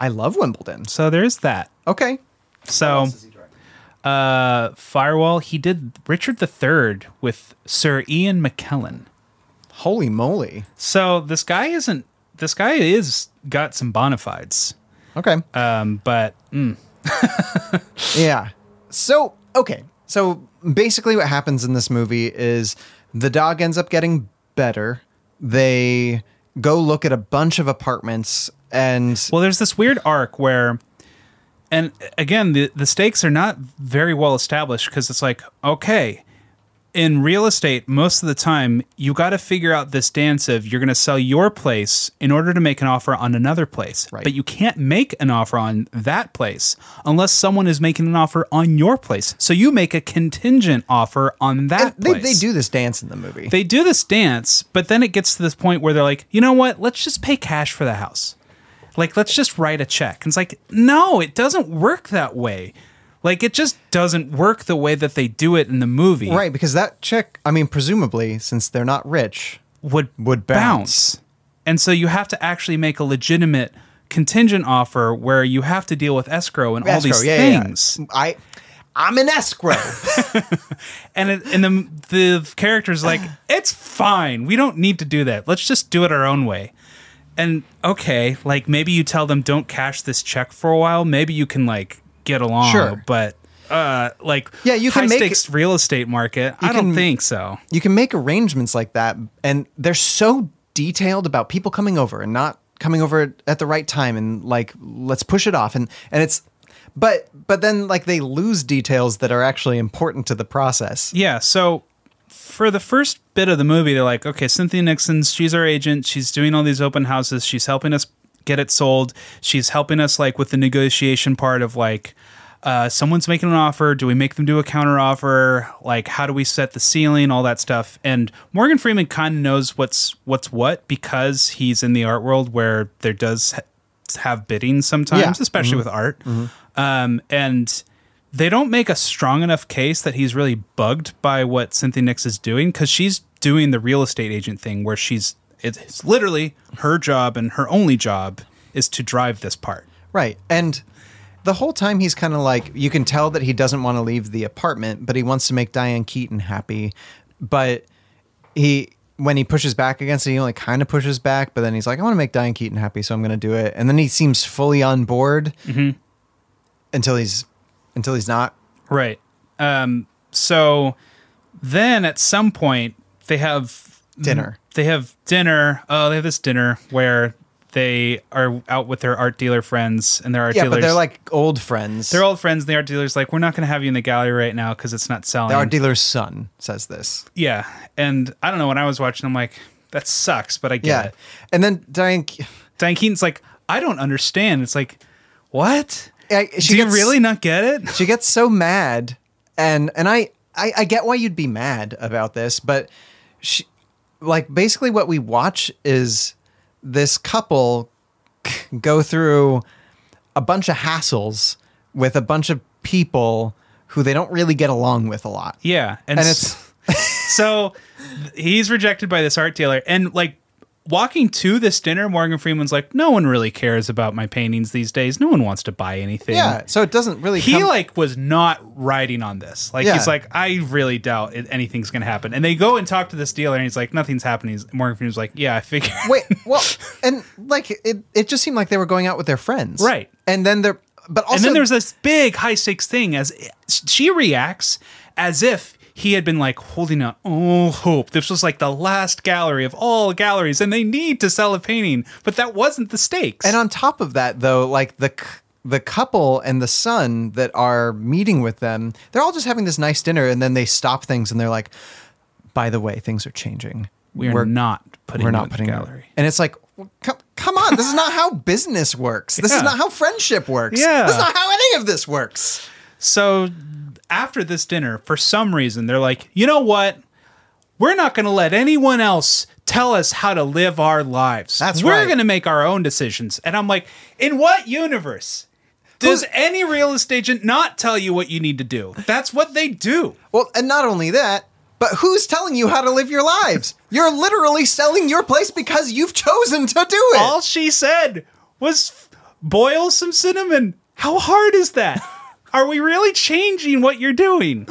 S1: i love wimbledon
S2: So there's that.
S1: okay
S2: So uh Firewall, he did Richard III with Sir Ian McKellen.
S1: holy moly
S2: So this guy isn't this guy is got some bona fides.
S1: okay
S2: Um, but mm,
S1: yeah so okay so basically what happens in this movie is the dog ends up getting better they go look at a bunch of apartments and
S2: well, there's this weird arc where and again the, the stakes are not very well established because it's like, okay, in real estate, most of the time, you got to figure out this dance of you're going to sell your place in order to make an offer on another place.
S1: Right.
S2: But you can't make an offer on that place unless someone is making an offer on your place. So you make a contingent offer on that
S1: And they,
S2: place.
S1: they do this dance in the movie.
S2: They do this dance, but then it gets to this point where they're like, you know what? Let's just pay cash for the house. Like, let's just write a check. And it's like, no, it doesn't work that way. Like, it just doesn't work the way that they do it in the movie.
S1: right, because that check, I mean, presumably, since they're not rich,
S2: would
S1: Would bounce.
S2: And so you have to actually make a legitimate contingent offer where you have to deal with escrow and all
S1: escrow,
S2: these
S1: yeah, yeah,
S2: things.
S1: yeah. I, I'm an escrow.
S2: And it, and the the character's like, "It's fine. We don't need to do that. Let's just do it our own way." And okay, like maybe you tell them don't cash this check for a while. Maybe you can like get along,
S1: Sure.
S2: but uh like
S1: Yeah, you can
S2: high
S1: make-
S2: stakes real estate market. I don't
S1: can-
S2: think so.
S1: you can make arrangements like that and they're so detailed about people coming over and not coming over at the right time and like let's push it off and and it's but but then like they lose details that are actually important to the process
S2: Yeah. So for the first bit of the movie, they're like, okay, Cynthia Nixon, she's our agent. She's doing all these open houses. She's helping us get it sold. She's helping us like with the negotiation part of like, uh, someone's making an offer. Do we make them do a counter offer? Like, how do we set the ceiling? All that stuff. And Morgan Freeman kind of knows what's what's what because he's in the art world where there does ha- have bidding sometimes,
S1: Yeah.
S2: especially with art.
S1: Mm-hmm.
S2: Um, and they don't make a strong enough case that he's really bugged by what Cynthia Nix is doing because she's doing the real estate agent thing where she's it's, it's literally her job and her only job is to drive this part.
S1: right and the whole time he's kind of like you can tell that he doesn't want to leave the apartment but he wants to make Diane Keaton happy but he when he pushes back against it, he only kind of pushes back, but then he's like, I want to make Diane Keaton happy, so I'm going to do it. And then he seems fully on board
S2: Mm-hmm.
S1: until he's until he's not.
S2: Right. Um, so then at some point they have
S1: Dinner.
S2: They have dinner. Oh, they have this dinner where they are out with their art dealer friends and their art
S1: Yeah,
S2: dealers.
S1: but they're like old friends.
S2: they're old friends. And the art dealer's like, we're not going to have you in the gallery right now because it's not selling.
S1: the art dealer's son says this.
S2: Yeah, and I don't know. When I was watching, I'm like, that sucks, but I get
S1: Yeah,
S2: it.
S1: and then Diane, Ke-
S2: Diane Keaton's like, I don't understand. It's like, what?
S1: I, she
S2: Do you
S1: gets,
S2: really not get it?
S1: she gets so mad, and and I, I I get why you'd be mad about this, but she like basically what we watch is this couple go through a bunch of hassles with a bunch of people who they don't really get along with a lot.
S2: Yeah,
S1: And
S2: s- so he's rejected by this art dealer, and like walking to this dinner, Morgan Freeman's like, no one really cares about my paintings these days. No one wants to buy anything.
S1: Yeah, so it doesn't really
S2: He
S1: come-
S2: like was not riding on this. Like
S1: Yeah.
S2: he's like, I really doubt it, anything's gonna happen. And they go and talk to this dealer, and he's like, nothing's happening. Morgan Freeman's like, yeah, I figured.
S1: Wait, well, and like it, it just seemed like they were going out with their friends,
S2: Right.
S1: And then they're, but also,
S2: and then there's this big high stakes thing as she reacts as if he had been like holding out all hope. This was like the last gallery of all galleries, and they need to sell a painting, but that wasn't the stakes.
S1: and on top of that, though, like the c- the couple and the son that are meeting with them, they're all just having this nice dinner, and then they stop things, and they're like, "By the way, things are changing.
S2: we're, not putting
S1: we're
S2: you
S1: not
S2: in the
S1: putting
S2: gallery.
S1: And it's like, well, come, come on, this is not how business works. This
S2: Yeah.
S1: is not how friendship works.
S2: Yeah.
S1: this is not how any of this works.
S2: So after this dinner, for some reason, they're like, you know what? We're not going to let anyone else tell us how to live our lives.
S1: That's
S2: We're
S1: right.
S2: going to make our own decisions. And I'm like, in what universe? Does any real estate agent not tell you what you need to do? That's what they do.
S1: Well, and not only that, but who's telling you how to live your lives? You're literally selling your place because you've chosen to do it.
S2: All she said was boil some cinnamon. How hard is that? Are we really changing what you're doing?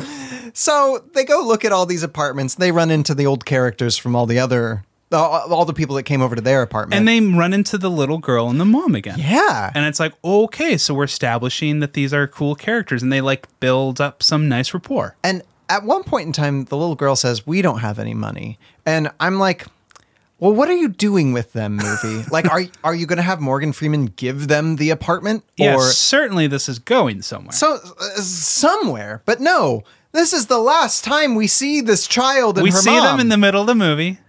S1: So they go look at all these apartments. They run into the old characters from all the other, all, all the people that came over to their apartment.
S2: And they run into the little girl and the mom again.
S1: yeah,
S2: And it's like, okay, so we're establishing that these are cool characters and they like build up some nice rapport.
S1: And at one point in time, the little girl says, "We don't have any money," and I'm like, "Well, what are you doing with them, movie? like, are are you going to have Morgan Freeman give them the apartment,
S2: Yeah,
S1: or
S2: certainly this is going somewhere.
S1: so uh, somewhere?" But no, This is the last time we see this child and
S2: we
S1: her
S2: see them
S1: mom
S2: in the middle of the movie,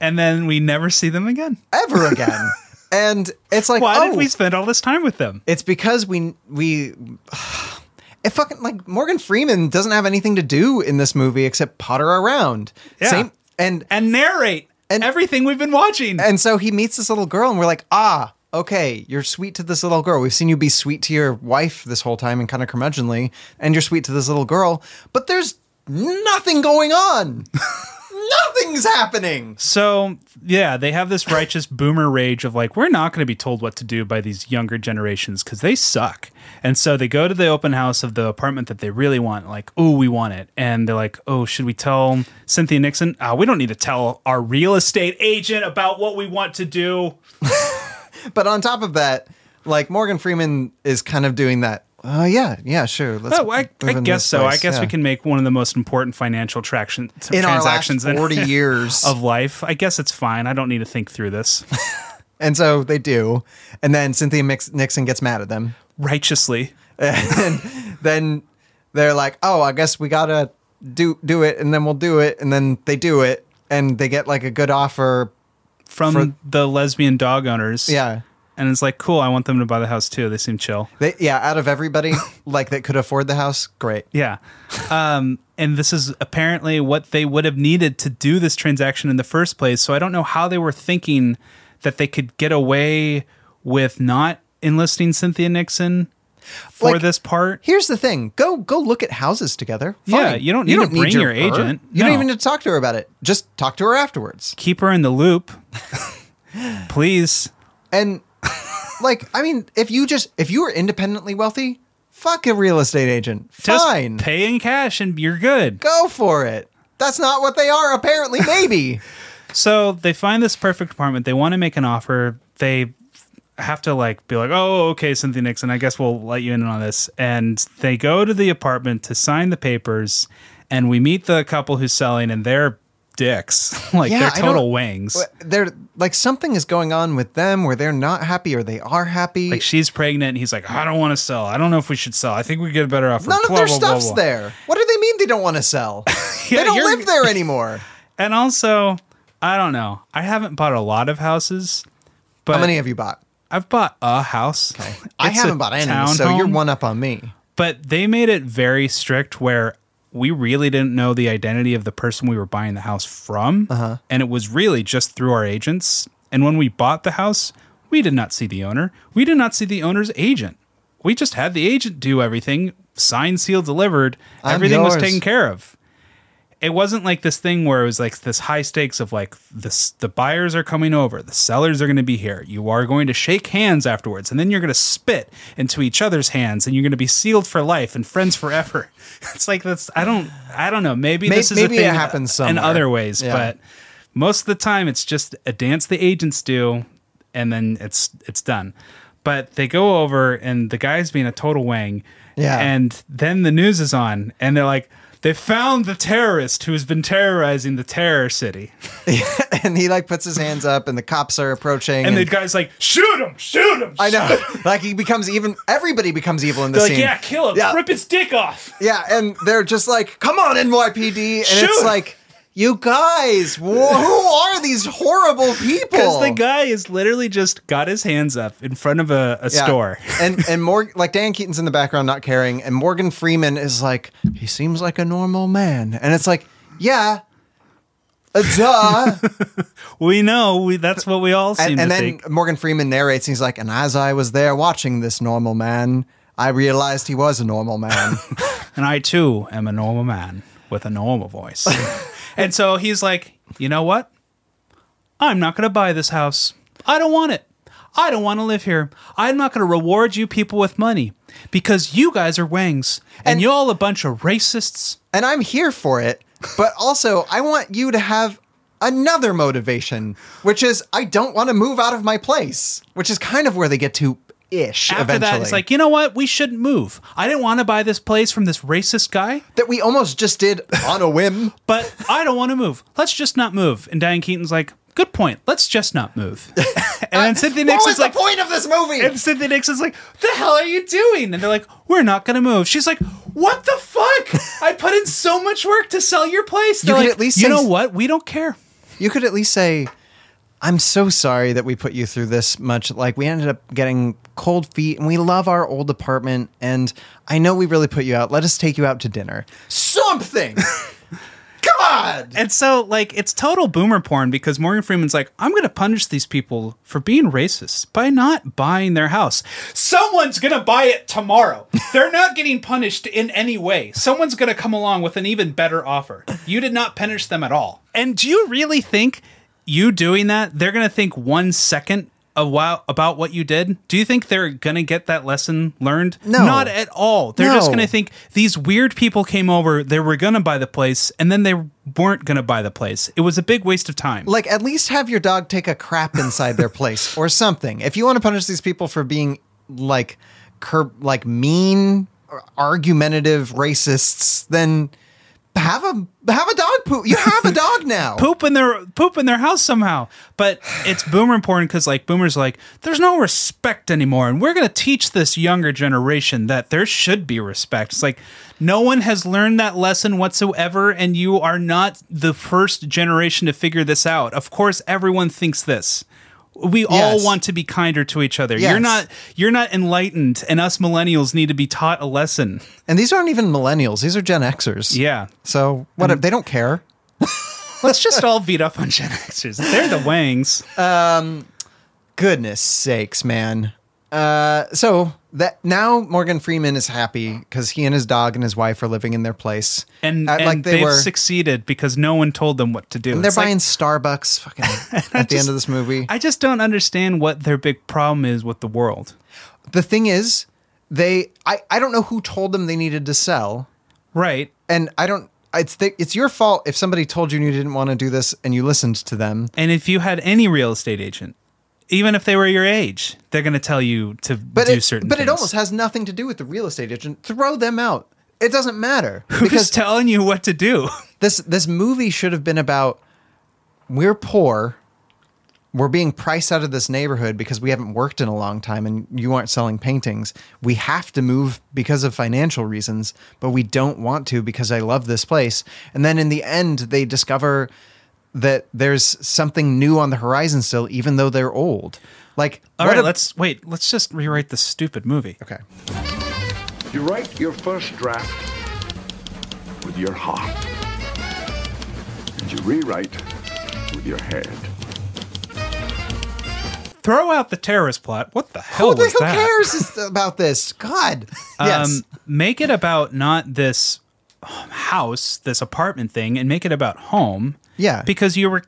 S2: and then we never see them again.
S1: ever again. and it's like,
S2: Why
S1: oh,
S2: did we spend all this time with them?
S1: It's because we we it fucking like Morgan Freeman doesn't have anything to do in this movie except potter around.
S2: Yeah.
S1: and
S2: And narrate
S1: And-
S2: everything we've been watching.
S1: and so he meets this little girl and we're like, "Ah, okay, you're sweet to this little girl. We've seen you be sweet to your wife this whole time and kind of curmudgeonly, and you're sweet to this little girl, but there's nothing going on. Nothing's happening.
S2: so yeah, they have this righteous boomer rage of like, we're not going to be told what to do by these younger generations because they suck. And so they go to the open house of the apartment that they really want. Like, oh, we want it. And they're like, oh, should we tell Cynthia Nixon? Uh, we don't need to tell our real estate agent about what we want to do.
S1: But on top of that, like Morgan Freeman is kind of doing that. Oh yeah, yeah, sure. Let's
S2: Oh, I,
S1: live
S2: I
S1: in
S2: guess
S1: this
S2: so. I
S1: place,
S2: guess we
S1: yeah.
S2: can make one of the most important financial traction,
S1: in our last
S2: transactions in-
S1: forty years
S2: of life. I guess it's fine. I don't need to think through this
S1: And so they do. And then Cynthia Mix- Nixon gets mad at them.
S2: righteously.
S1: Then they're like, "Oh, I guess we gotta do do it, and then we'll do it." And then they do it, and they get like a good offer.
S2: from
S1: For-
S2: the lesbian dog owners.
S1: Yeah,
S2: And it's like, cool, I want them to buy the house too. They seem chill.
S1: they, yeah. Out of everybody, like that could afford the house, great.
S2: Yeah. Um, and this is apparently what they would have needed to do this transaction in the first place. So I don't know how they were thinking that they could get away with not enlisting Cynthia Nixon for
S1: Like,
S2: this part.
S1: Here's the thing: go go look at houses together.
S2: Yeah,
S1: Fine.
S2: you don't need to bring your agent.
S1: You don't
S2: No.
S1: even need to talk to her about it. Just talk to her afterwards.
S2: Keep her in the loop. Please.
S1: And like, I mean, if you just if you were independently wealthy, fuck a real estate agent.
S2: Just
S1: Fine.
S2: pay in cash and you're good.
S1: go for it. That's not what they are, apparently, maybe.
S2: So they find this perfect apartment. They want to make an offer. They have to like be like, oh, okay, Cynthia Nixon, I guess we'll let you in on this. And they go to the apartment to sign the papers, and we meet the couple who's selling, and they're dicks, like
S1: Yeah, I
S2: they're
S1: don't-
S2: total wangs.
S1: they're like something is going on with them where they're not happy or they are happy.
S2: Like she's pregnant, and he's like, I don't want to sell. I don't know if we should sell. I think we get a better offer.
S1: None of
S2: Blah,
S1: their
S2: blah, blah,
S1: stuff's
S2: blah.
S1: there. What do they mean they don't want to sell?
S2: Yeah,
S1: they don't
S2: you're-
S1: live there anymore.
S2: And also, I don't know. I haven't bought a lot of houses, but
S1: How many have you bought?
S2: I've bought a house.
S1: I
S2: It's a
S1: haven't bought any, so you're
S2: townhome.
S1: one up on me.
S2: but they made it very strict where we really didn't know the identity of the person we were buying the house from
S1: Uh-huh.
S2: and it was really just through our agents and when we bought the house we did not see the owner we did not see the owner's agent we just had the agent do everything signed sealed delivered
S1: I'm
S2: everything was
S1: yours.
S2: taken care of it wasn't like this thing where it was like this high stakes of like this the buyers are coming over the sellers are going to be here you are going to shake hands afterwards and then you're going to spit into each other's hands and you're going to be sealed for life and friends forever it's like that's i don't i don't know maybe,
S1: May-
S2: this is
S1: maybe
S2: a
S1: it
S2: thing
S1: happens
S2: in
S1: somewhere.
S2: other ways
S1: Yeah.
S2: but most of the time it's just a dance the agents do and then it's it's done but they go over and the guy's being a total wang
S1: Yeah.
S2: and then the news is on, and they're like, they found the terrorist who has been terrorizing the terror city.
S1: And he like puts his hands up and the cops are approaching.
S2: And the guy's like, shoot him, shoot him.
S1: I know. Like he becomes even everybody becomes evil in the
S2: They're
S1: scene.
S2: like, yeah, kill him,
S1: Yeah.
S2: rip his dick off.
S1: Yeah, and they're just like, "Come on, NYPD!" And it's
S2: Shoot.
S1: like, "You guys, wh- who are these horrible people?"
S2: Because the guy is literally just got his hands up in front of a, a
S1: Yeah.
S2: store.
S1: and and Morgan, like Dan Keaton's in the background, not caring, and Morgan Freeman is like, "He seems like a normal man," and it's like, "Yeah." Uh, duh.
S2: We know we, that's what we all seem
S1: and, and
S2: to
S1: then
S2: think.
S1: Morgan Freeman narrates, and he's like, and as I was there watching this normal man, I realized he was a normal man.
S2: And I too am a normal man with a normal voice. and so he's like, you know what? I'm not going to buy this house. I don't want it. I don't want to live here. I'm not going to reward you people with money because you guys are wangs and,
S1: And-
S2: y'all a bunch of racists.
S1: and I'm here for it. But also, I want you to have another motivation, which is I don't want to move out of my place, which is kind of where they get to ish
S2: After
S1: eventually.
S2: that, it's like, you know what? We shouldn't move. I didn't want to buy this place from this racist guy,
S1: that we almost just did on a whim.
S2: but I don't want to move. Let's just not move. And Diane Keaton's like, good point. Let's just not move. and then Cynthia
S1: What was
S2: Nixon's
S1: the
S2: like,
S1: point of this movie?
S2: And Cynthia Nixon's like, "The hell are you doing?" And they're like, "We're not gonna move." She's like, what the fuck? I put in so much work to sell your place.
S1: You
S2: They're
S1: could
S2: like,
S1: at least
S2: you
S1: say-
S2: know what? We don't care.
S1: You could at least say, I'm so sorry that we put you through this much. Like, we ended up getting cold feet and we love our old apartment. And I know we really put you out. Let us take you out to dinner. Something! God!
S2: And so, like, it's total boomer porn because Morgan Freeman's like, I'm going to punish these people for being racist by not buying their house. Someone's going to buy it tomorrow. They're not getting punished in any way. Someone's going to come along with an even better offer. You did not punish them at all. And do you really think you doing that, they're going to think one second? A while about what you did. Do you think they're gonna get that lesson learned?
S1: No.
S2: not at all. They're just
S1: No.
S2: gonna think these weird people came over, they were gonna buy the place, and then they weren't gonna buy the place. It was a big waste of time.
S1: Like, at least have your dog take a crap inside their place or something. If you want to punish these people for being like, cur- like mean, or argumentative racists, then have a have a dog poop. You have a dog now.
S2: poop in their poop in their house somehow. But it's boomer porn because like boomers are like there's no respect anymore, and we're gonna teach this younger generation that there should be respect. It's like no one has learned that lesson whatsoever, and you are not the first generation to figure this out. Of course, everyone thinks this. We
S1: Yes.
S2: all want to be kinder to each other. You're
S1: Yes.
S2: not you're not enlightened, and us millennials need to be taught a lesson.
S1: And these aren't even millennials; these are Gen Xers.
S2: Yeah.
S1: So what? They don't care.
S2: Let's just all beat up on Gen Xers. They're the wangs.
S1: Goodness sakes, man. Uh, so that now Morgan Freeman is happy because he and his dog and his wife are living in their place,
S2: and,
S1: Uh,
S2: and they have succeeded because no one told them what to do.
S1: And they're
S2: It's like,
S1: buying Starbucks fucking at the end of this movie.
S2: I just don't understand what their big problem is with the world.
S1: the thing is, they I, I don't know who told them they needed to sell,
S2: Right.
S1: and I don't it's the, it's your fault if somebody told you you didn't want to do this and you listened to them.
S2: And if you had any real estate agent, even if they were your age, they're going to tell you to
S1: But
S2: do
S1: it,
S2: certain
S1: but
S2: things.
S1: it almost has nothing to do with the real estate agent. Throw them out. It doesn't matter
S2: Who's
S1: because
S2: telling you what to do?
S1: this this movie should have been about we're poor. We're being priced out of this neighborhood because we haven't worked in a long time and you aren't selling paintings. We have to move because of financial reasons, but we don't want to because I love this place. And then in the end, they discover that there's something new on the horizon still, even though they're old. Like,
S2: All
S1: what
S2: right,
S1: a-
S2: let's wait. Let's just rewrite this stupid movie.
S1: Okay.
S8: You write your first draft with your heart, and you rewrite with your head.
S2: Throw out the terrorist plot. What the hell
S1: Who, the-
S2: was
S1: who
S2: that?
S1: cares about this? God. Yes.
S2: Um, make it about not this um, house, this apartment thing, and make it about home.
S1: Yeah.
S2: Because you were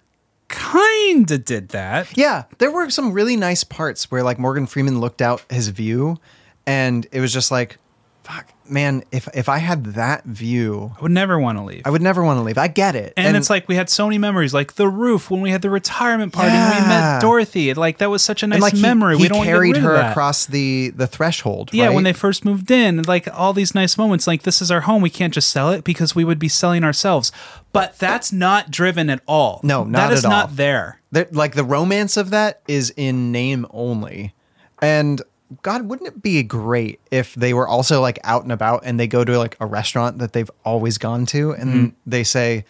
S2: kind of did that.
S1: Yeah, there were some really nice parts where like Morgan Freeman looked out his view and it was just like, fuck, man, if if I had that view,
S2: I would never want to leave.
S1: I would never want to leave. I get it.
S2: and, it's like we had so many memories, like the roof when we had the retirement party, and we
S1: Yeah.
S2: met Dorothy. and, Like that was such a nice
S1: and like he-
S2: memory.
S1: He,
S2: we don't want to get
S1: carried
S2: rid of
S1: her
S2: that.
S1: across the the threshold.
S2: Yeah,
S1: right?
S2: when they first moved in, and like all these nice moments, like this is our home. We can't just sell it because we would be selling ourselves. But that's not driven at all.
S1: No, not
S2: that is
S1: at all.
S2: not there.
S1: They're- like the romance of that is in name only, and. God, wouldn't it be great if they were also like out and about and they go to like a restaurant that they've always gone to and
S2: Mm-hmm.
S1: they say,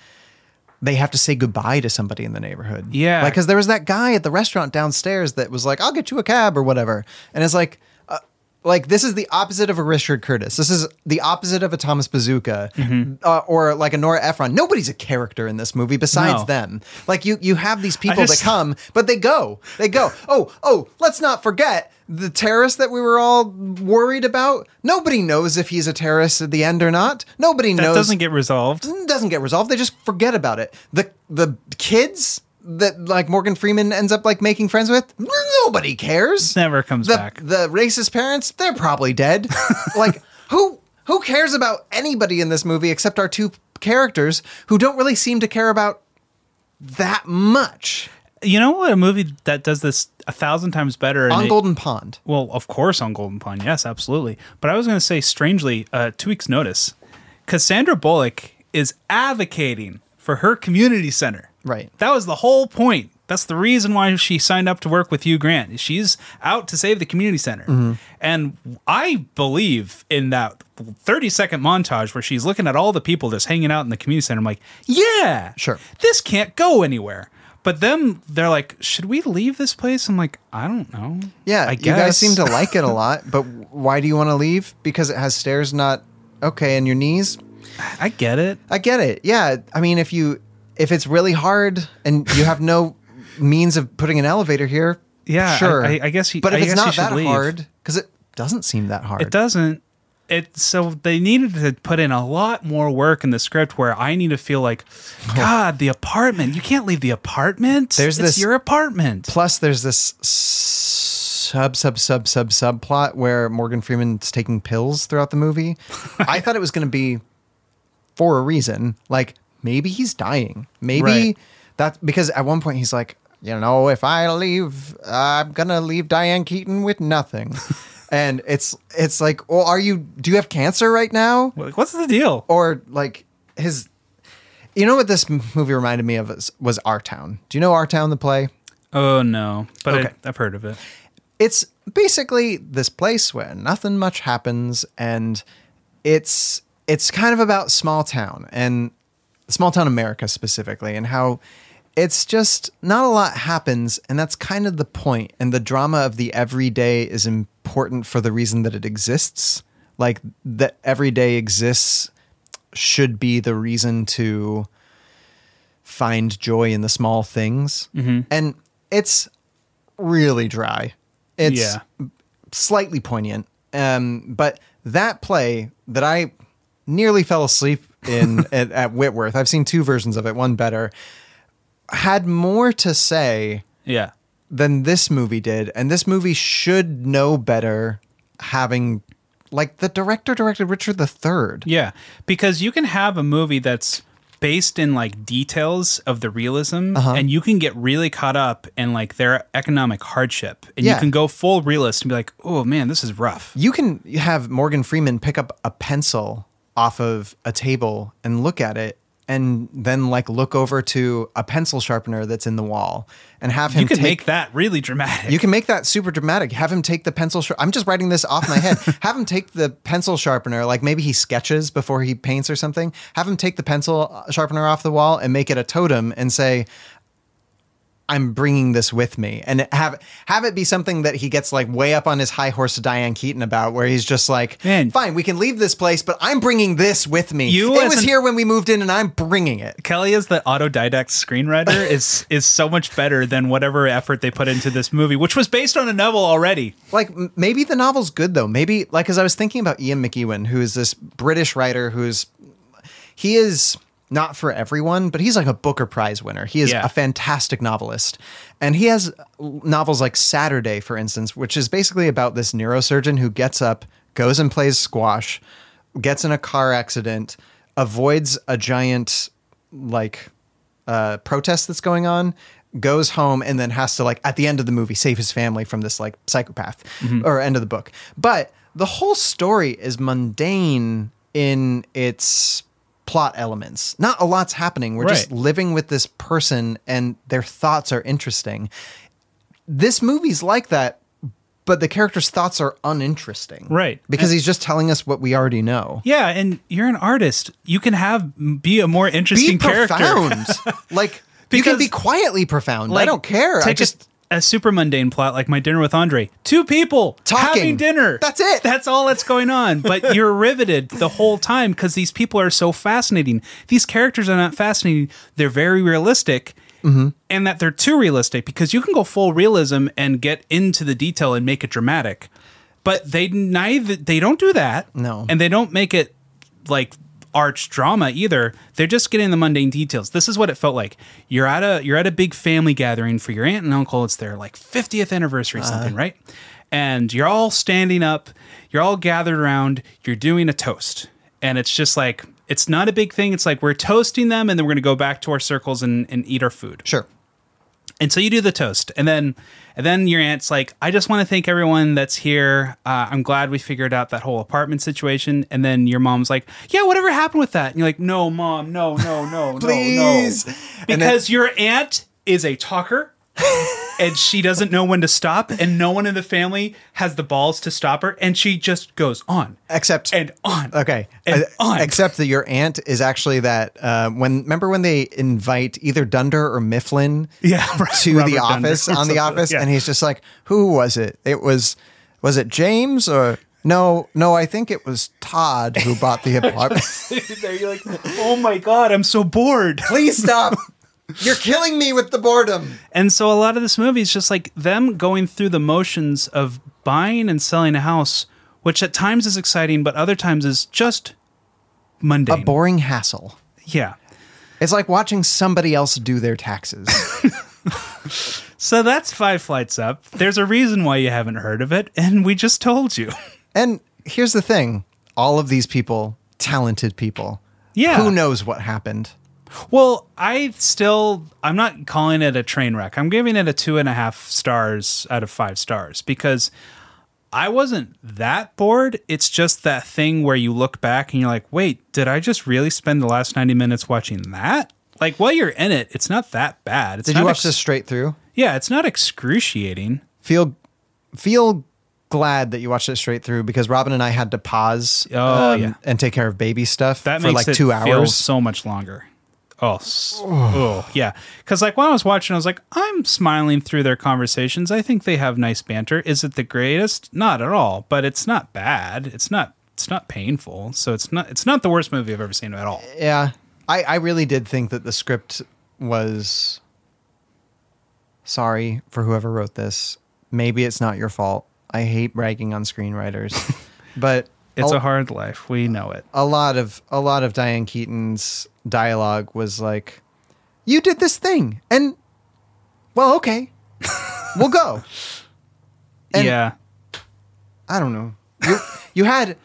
S1: they have to say goodbye to somebody in the neighborhood.
S2: Yeah.
S1: Like, cause there was that guy at the restaurant downstairs that was like, I'll get you a cab or whatever. And it's like, uh, like this is the opposite of a Richard Curtis. This is the opposite of a Thomas Bazooka
S2: Mm-hmm.
S1: uh, or like a Nora Ephron. Nobody's a character in this movie besides
S2: No.
S1: them. Like you, you have these people
S2: just-
S1: that come, but they go, they go. Oh, oh, let's not forget the terrorist that we were all worried about. Nobody knows if he's a terrorist at the end or not. Nobody
S2: That
S1: knows
S2: doesn't get resolved.
S1: doesn't get resolved. They just forget about it. The the kids that like Morgan Freeman ends up like making friends with, nobody cares.
S2: Never comes
S1: the,
S2: back.
S1: The racist parents, they're probably dead. like who who cares about anybody in this movie except our two characters who don't really seem to care about that much
S2: You know what? A movie that does this a thousand times better. and
S1: on
S2: it-
S1: Golden Pond.
S2: Well, of course, on Golden Pond. Yes, absolutely. But I was going to say, strangely, uh, two weeks' notice, Cassandra Bullock is advocating for her community center.
S1: Right.
S2: That was the whole point. That's the reason why she signed up to work with Hugh Grant. She's out to save the community center.
S1: Mm-hmm.
S2: And I believe in that 30 second montage where she's looking at all the people just hanging out in the community center. I'm like, yeah,
S1: Sure.
S2: This can't go anywhere. But then they're like, should we leave this place? I'm like, I don't know.
S1: Yeah,
S2: I
S1: you guys seem to like it a lot, but why do you want to leave? Because it has stairs, not okay, and your knees.
S2: I get it.
S1: I get it. Yeah, I mean, if you if it's really hard and you have no means of putting an elevator here,
S2: Yeah, I-
S1: sure.
S2: I- I guess he-
S1: but if
S2: I
S1: it's
S2: guess
S1: not
S2: he should
S1: that
S2: leave.
S1: hard, because it doesn't seem that hard.
S2: It doesn't. It so they needed to put in a lot more work in the script where I need to feel like, God, the apartment. You can't leave the apartment.
S1: There's
S2: it's
S1: this-
S2: your apartment.
S1: Plus, there's this sub sub sub sub subplot where Morgan Freeman's taking pills throughout the movie. I thought it was going to be for a reason, like maybe he's dying, maybe
S2: Right.
S1: that because at one point he's like, you know, if I leave, I'm gonna leave Diane Keaton with nothing, and it's it's like, well, are you? Do you have cancer right now?
S2: like, what's the deal?
S1: or like his you know what this m- movie reminded me of is, was our town do you know our town the play
S2: Oh no! But
S1: Okay.
S2: I, I've heard of it.
S1: it's basically this place where nothing much happens and it's it's kind of about small town and small town america specifically and how it's just not a lot happens and that's kind of the point and the drama of the everyday is important for the reason that it exists like that everyday exists should be the reason to find joy in the small things and it's really dry it's
S2: yeah,
S1: slightly poignant. Um, but that play that I nearly fell asleep in at, at Whitworth, I've seen two versions of it, one better, had more to say
S2: yeah.
S1: than this movie did. And this movie should know better having like the director directed Richard III.
S2: Yeah, because you can have a movie that's based in like details of the realism
S1: Uh-huh.
S2: and you can get really caught up in like their economic hardship and
S1: Yeah.
S2: you can go full realist and be like, "Oh man, this is rough."
S1: You can have Morgan Freeman pick up a pencil off of a table and look at it and then like look over to a pencil sharpener that's in the wall and have him
S2: You can
S1: take
S2: make that really dramatic.
S1: You can make that super dramatic. Have him take the pencil. Sh- I'm just writing this off my head. Have him take the pencil sharpener, like maybe he sketches before he paints or something. Have him take the pencil uh, sharpener off the wall and make it a totem and say, "I'm bringing this with me." And have have it be something that he gets like way up on his high horse to Diane Keaton about, where he's just like,
S2: Man.
S1: "Fine, we can leave this place, but I'm bringing this with me.
S2: You
S1: it
S2: as
S1: was
S2: an-
S1: here when we moved in, and I'm bringing it."
S2: Kelly as the autodidact screenwriter is is so much better than whatever effort they put into this movie, which was based on a novel already.
S1: like m- maybe the novel's good though. Maybe like because I was thinking about Ian McEwan, who is this British writer who's he is not for everyone, but he's like a Booker Prize winner. He is
S2: Yeah.
S1: a fantastic novelist, and he has l- novels like Saturday, for instance, which is basically about this neurosurgeon who gets up, goes and plays squash, gets in a car accident, avoids a giant like uh, protest that's going on goes home and then has to like at the end of the movie save his family from this like psychopath
S2: Mm-hmm.
S1: or end of the book but the whole story is mundane in its plot elements not a lot's happening we're just
S2: Right.
S1: living with this person and their thoughts are interesting this movie's like that but the character's thoughts are uninteresting
S2: Right.
S1: because he's just telling us what we already know
S2: Yeah, and you're an artist. You can have be a more interesting
S1: be
S2: character.
S1: profound like you can
S2: Because-
S1: be quietly profound i
S2: Like,
S1: don't care i
S2: Take
S1: just
S2: a, a super mundane plot like my dinner with Andre. Two people
S1: Talking.
S2: having dinner.
S1: That's it.
S2: That's all that's going on. But you're riveted the whole time because these people are so fascinating. These characters are not fascinating. They're very realistic.
S1: Mm-hmm.
S2: And that they're too realistic because you can go full realism and get into the detail and make it dramatic, but they neither they don't do that.
S1: No.
S2: and they don't make it like arch drama either. They're just getting the mundane details. This is what it felt like. You're at a you're at a big family gathering for your aunt and uncle. It's their like 50th anniversary something, right? And you're all standing up, you're all gathered around, you're doing a toast. And it's just like it's not a big thing. It's like we're toasting them and then we're gonna go back to our circles and, and eat our food.
S1: Sure.
S2: And so you do the toast, and then and then your aunt's like, "I just want to thank everyone that's here. Uh, I'm glad we figured out that whole apartment situation." And then your mom's like, "Yeah, whatever happened with that?" And you're like, "No, mom, no, no, no, no, no,
S1: Please.
S2: because your aunt is a talker. and she doesn't know when to stop, and no one in the family has the balls to stop her, and she just goes on
S1: Except
S2: and on.
S1: Okay.
S2: And
S1: Uh,
S2: on.
S1: Except that your aunt is actually that uh, when remember when they invite either Dunder or Mifflin
S2: Yeah,
S1: to
S2: Robert
S1: the
S2: Dunder
S1: office
S2: or
S1: on the
S2: something,
S1: office
S2: yeah.
S1: and he's just like, Who was it? It was was it James or no, no, I think it was Todd who bought the apartment.
S2: there you're like, oh my god, I'm so bored.
S1: Please stop. You're killing me with the boredom.
S2: And so a lot of this movie is just like them going through the motions of buying and selling a house, which at times is exciting, but other times is just
S1: A
S2: mundane.
S1: boring hassle.
S2: yeah.
S1: It's like watching somebody else do their taxes.
S2: So that's five flights up. There's a reason why you haven't heard of it, and we just told you.
S1: and here's the thing all of these people, talented people.
S2: Yeah.
S1: Who knows what happened?
S2: Well, I still, I'm not calling it a train wreck. I'm giving it a two and a half stars out of five stars because I wasn't that bored. It's just that thing where you look back and you're like, wait, did I just really spend the last 90 minutes watching that? Like while you're in it, it's not that bad. It's
S1: Did
S2: not
S1: you watch
S2: ex-
S1: this straight through?
S2: Yeah, it's not excruciating.
S1: Feel feel glad that you watched it straight through because Robin and I had to pause um,
S2: Oh, yeah.
S1: and take care of baby stuff
S2: That
S1: for
S2: makes
S1: like
S2: it
S1: two
S2: feel
S1: hours.
S2: so much longer. Oh, s- oh yeah. Because like when I was watching, I was like, I'm smiling through their conversations. I think they have nice banter. Is it the greatest? Not at all. But it's not bad. It's not. It's not painful. So it's not. It's not the worst movie I've ever seen at all.
S1: yeah. I, I really did think that the script was sorry for whoever wrote this. Maybe it's not your fault. I hate bragging on screenwriters. but
S2: It's
S1: a
S2: a hard life. We know it.
S1: a lot of a lot of Diane Keaton's dialogue was like, "You did this thing, and well, okay, we'll go." And-
S2: yeah.
S1: I don't know. You you had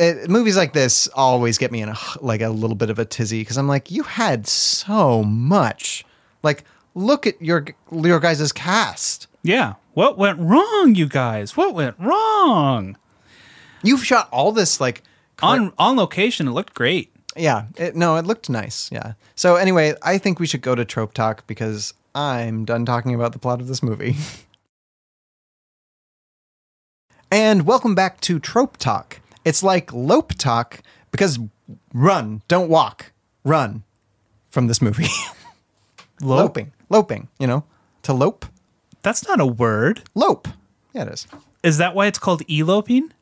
S1: uh, movies like this always get me in a like a little bit of a tizzy because I'm like, you had so much. Like, look at your your guys' cast.
S2: Yeah. What went wrong, you guys? What went wrong?
S1: You've shot all this like
S2: On on location, it looked great.
S1: Yeah. It, no, it looked nice. Yeah. So anyway, I think we should go to trope talk because I'm done talking about the plot of this movie. and welcome back to trope talk. It's like lope talk because run, don't walk, run from this movie. Loping, loping. You know, to lope,
S2: That's not a word.
S1: lope. Yeah, it is.
S2: Is that why it's called eloping?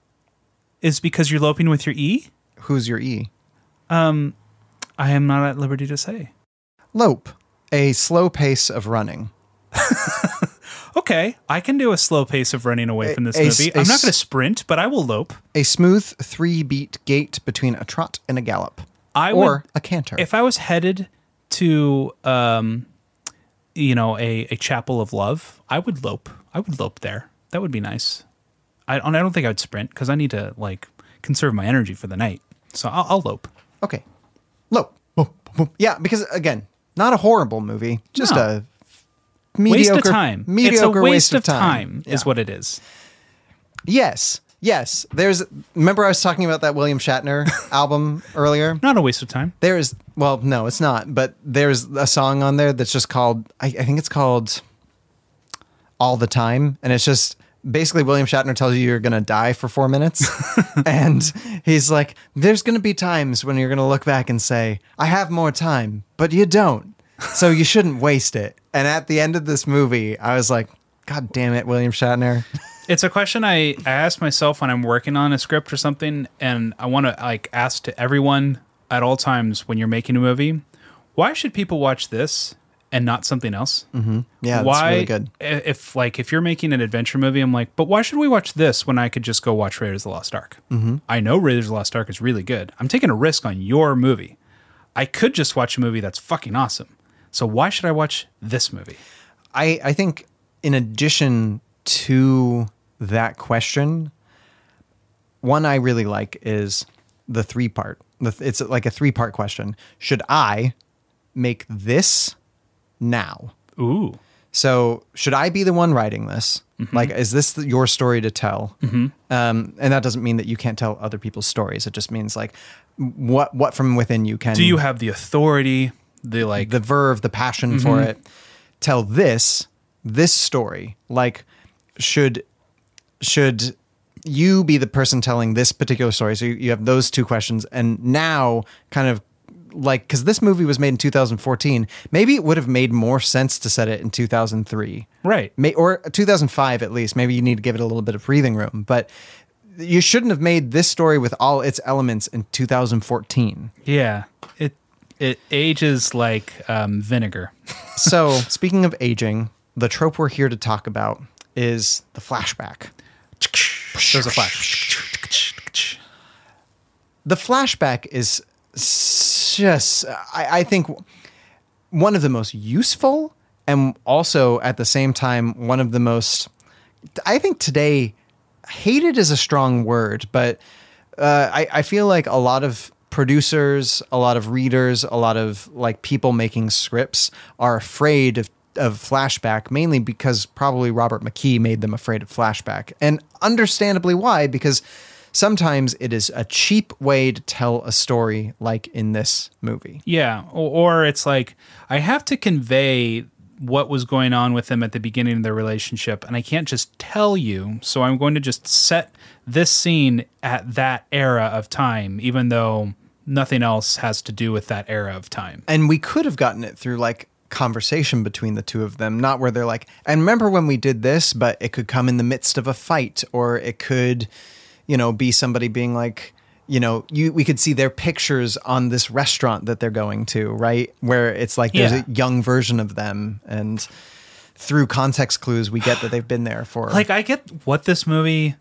S2: Is because you're loping with your e? Um,
S1: Who's your e?
S2: I am not at liberty to say.
S1: Lope, a slow pace of running.
S2: Okay, I can do a slow pace of running away from this
S1: a-
S2: movie.
S1: a
S2: i I'm not
S1: s-
S2: going to sprint, but I will lope.
S1: A smooth three beat gait between a trot and a gallop.
S2: I
S1: or
S2: would-
S1: a canter.
S2: If I was headed to, um, you know, a, a chapel of love, I would lope. I would lope there. That would be nice. I, and I don't think I would sprint because I need to like conserve my energy for the night. So I'll, I'll lope.
S1: okay. Low. Boom, boom, boom. Yeah, because again, not a horrible movie, just
S2: No.
S1: a mediocre
S2: waste of time.
S1: Mediocre
S2: it's a waste, of time,
S1: Yeah.
S2: is what it is.
S1: Yes. Yes. There's remember I was talking about that William Shatner album earlier?
S2: Not a waste of time.
S1: There is well, no, it's not, but there's a song on there that's just called I, I think it's called All the Time. And it's just basically William Shatner tells you you're gonna die for four minutes. and he's like, There's gonna be times when you're gonna look back and say, I have more time, but you don't. So you shouldn't waste it. And at the end of this movie, I was like, God damn it, William Shatner.
S2: it's a question I, I ask myself when I'm working on a script or something, and I want to like ask to everyone at all times when you're making a movie, why should people watch this and not something else? Mm-hmm.
S1: Yeah, that's
S2: why?
S1: really good.
S2: i- If like if you're making an adventure movie, I'm like, but why should we watch this when I could just go watch Raiders of the Lost Ark? Mm-hmm. I know Raiders of the Lost Ark is really good. I'm taking a risk on your movie. I could just watch a movie that's fucking awesome. So why should I watch this movie?
S1: I, I think in addition to that question, one I really like is the three part. The th- It's like a three part question. Should I make this now?
S2: Ooh,
S1: So should I be the one writing this?
S2: Mm-hmm.
S1: Like, is this th- your story to tell? Um, and that doesn't mean that you can't tell other people's stories. It just means like what what from within you can
S2: do you have the authority? The like
S1: the verve, the passion for it. Tell this this story like should should you be the person telling this particular story so you, you have those two questions and now kind of like because this movie was made in 2014 maybe it would have made more sense to set it in 2003
S2: Right.
S1: May, or 2005 at least maybe you need to give it a little bit of breathing room but you shouldn't have made this story with all its elements in 2014
S2: Yeah. It it ages like um, vinegar.
S1: so speaking of aging the trope we're here to talk about is the flashback
S2: There's a flash.
S1: the flashback is s- just I, I think one of the most useful and also at the same time one of the most i think today hated is a strong word but uh, I, I feel like a lot of producers a lot of readers a lot of like people making scripts are afraid of of flashback mainly because probably Robert McKee made them afraid of flashback and understandably why because sometimes it is a cheap way to tell a story like in this movie
S2: Yeah, or, or it's like I have to convey what was going on with them at the beginning of their relationship, and I can't just tell you. So I'm going to just set this scene at that era of time, even though nothing else has to do with that era of time.
S1: and we could have gotten it through like conversation between the two of them not where they're like and remember when we did this but it could come in the midst of a fight or it could you know be somebody being like you know you we could see their pictures on this restaurant that they're going to right where it's like
S2: Yeah.
S1: there's a young version of them and through context clues we get that they've been there for
S2: Like I get what this movie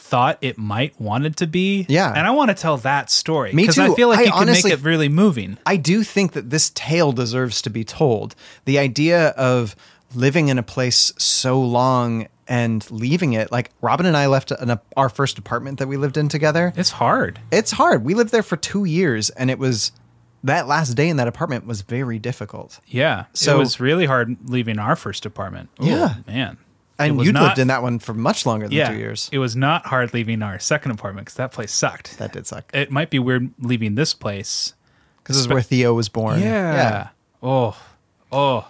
S2: thought it might wanted to be.
S1: Yeah.
S2: and I want to tell that story.
S1: Me
S2: I
S1: too.
S2: feel like
S1: I
S2: you can
S1: honestly-
S2: make it really moving.
S1: I do think that this tale deserves to be told. The idea of living in a place so long and leaving it, like Robin and I left an, our first apartment that we lived in together.
S2: It's hard.
S1: It's hard. We lived there for two years, and it was that last day in that apartment was very difficult.
S2: Yeah, so
S1: So-
S2: it was really hard leaving our first apartment. Ooh,
S1: Yeah.
S2: man. It
S1: And
S2: was
S1: you
S2: not
S1: lived in that one for much longer than
S2: yeah,
S1: two years.
S2: It was not hard leaving our second apartment because that place sucked.
S1: that did suck
S2: It might be weird leaving this place.
S1: because this is where Theo was born.
S2: Oh, oh.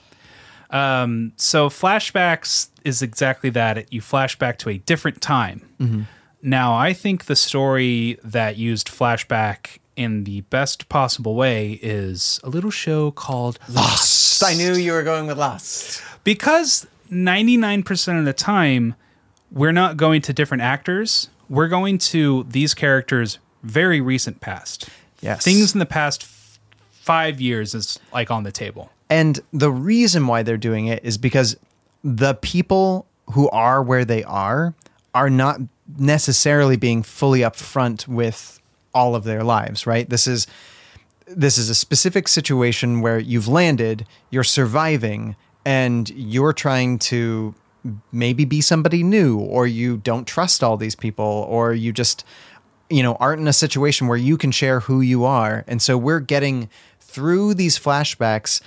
S2: Um, so flashbacks is exactly that. It- You flash back to a different time.
S1: Mm-hmm.
S2: Now, I think the story that used flashback in the best possible way is a little show called
S1: Lost. I knew you were going with Lost.
S2: because 99% of the time we're not going to different actors we're going to these characters very recent past
S1: Yes.
S2: things in the past f- five years is like on the table
S1: And the reason why they're doing it is because the people who are where they are are not necessarily being fully upfront with all of their lives, right? This is this is a specific situation where you've landed, you're surviving, and you're trying to maybe be somebody new, or you don't trust all these people, or you just, you know, aren't in a situation where you can share who you are. And so we're getting through these flashbacks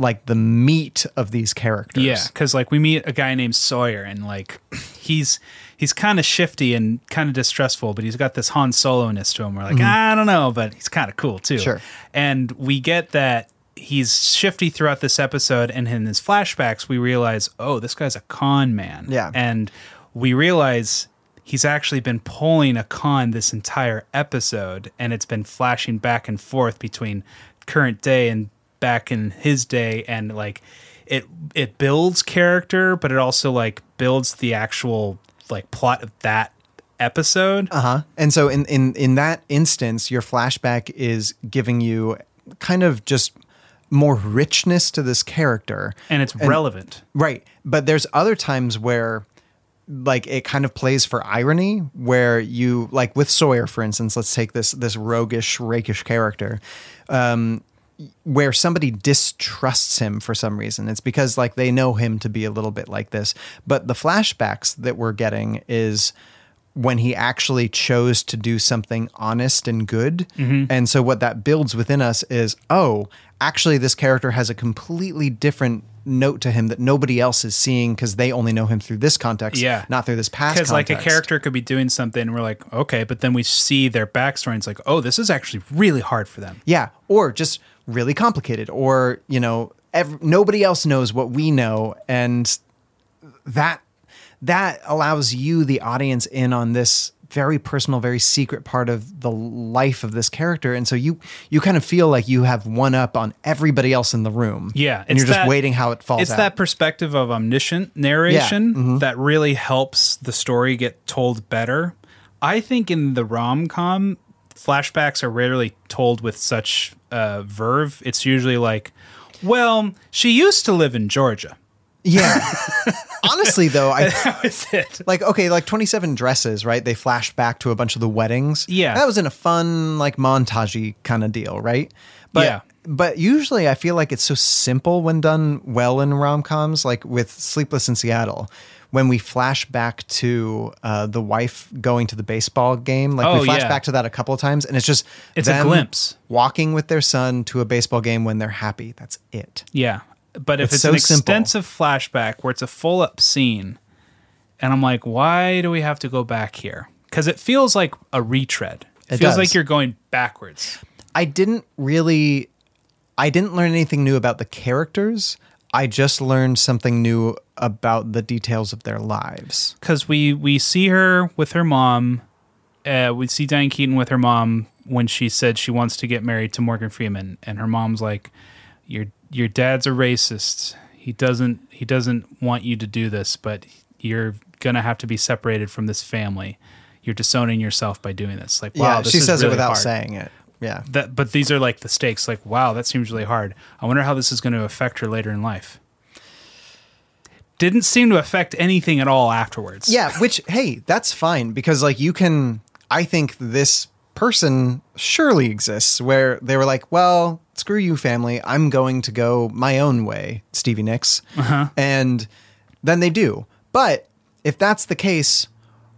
S1: like the meat of these characters.
S2: yeah because like we meet a guy named sawyer and like he's he's kind of shifty and kind of distrustful but he's got this han solo-ness to him we're like i don't know but he's kind of cool too
S1: Mm-hmm. Sure.
S2: and we get that he's shifty throughout this episode and in his flashbacks we realize oh this guy's a con man
S1: Yeah.
S2: and we realize he's actually been pulling a con this entire episode and it's been flashing back and forth between current day and back in his day and like it it builds character but it also like builds the actual like plot of that episode
S1: Uh-huh. And so in in in that instance, your flashback is giving you kind of just more richness to this character.
S2: and it's relevant
S1: Right. But there's other times where like it kind of plays for irony where you like with Sawyer for instance, let's take this this roguish rakish character where somebody distrusts him for some reason. It's because like they know him to be a little bit like this. But the flashbacks that we're getting is when he actually chose to do something honest and good.
S2: Mm-hmm.
S1: And so what that builds within us is, oh, actually this character has a completely different note to him that nobody else is seeing because they only know him through this context,
S2: Yeah.
S1: not through this past
S2: because
S1: context.
S2: like a character could be doing something and we're like okay but then we see their backstory and it's like oh this is actually really hard for them
S1: Yeah, or just really complicated, or you know, ev- nobody else knows what we know, and that that allows you the audience in on this very personal very secret part of the life of this character and so you you kind of feel like you have one up on everybody else in the room
S2: Yeah,
S1: and you're
S2: it's
S1: just
S2: that-
S1: waiting how it falls
S2: it's
S1: out. mm-hmm.
S2: that perspective of omniscient narration that really helps the story get told better. I think in the rom com, flashbacks are rarely told with such uh, verve. It's usually like, well, she used to live in Georgia.
S1: yeah honestly though i
S2: That's it.
S1: like okay like 27 dresses right they flash back to a bunch of the weddings
S2: Yeah.
S1: that was in a fun like montagey kind of deal right but
S2: Yeah.
S1: but usually i feel like it's so simple when done well in rom-coms like with sleepless in seattle when we flash back to uh, the wife going to the baseball game like
S2: Oh,
S1: we flash
S2: yeah.
S1: back to that a couple of times and it's just
S2: It's a
S1: them
S2: glimpse.
S1: walking with their son to a baseball game when they're happy that's it
S2: Yeah. But if
S1: It's
S2: it's,
S1: so
S2: an
S1: simple.
S2: extensive flashback where it's a full up scene, and I'm like, why do we have to go back here? Because it feels like a retread. It,
S1: It
S2: feels
S1: does.
S2: like you're going backwards.
S1: I didn't really I didn't learn anything new about the characters. I just learned something new about the details of their lives.
S2: because we we see her with her mom. Uh, we see Diane Keaton with her mom when she said she wants to get married to Morgan Freeman, and her mom's like, "Your your dad's a racist. He doesn't he doesn't want you to do this, but you're gonna have to be separated from this family. You're disowning yourself by doing this." Like, wow,
S1: yeah,
S2: this
S1: she
S2: is
S1: says it
S2: really
S1: without
S2: hard.
S1: saying it. Yeah.
S2: That, but these are like the stakes. Like, wow, that seems really hard. I wonder how this is going to affect her later in life. Didn't seem to affect anything at all afterwards.
S1: Yeah, which hey, that's fine because like you can I think this person surely exists where they were like, well, screw you family, I'm going to go my own way, Stevie Nicks.
S2: Uh-huh.
S1: And then they do. But if that's the case,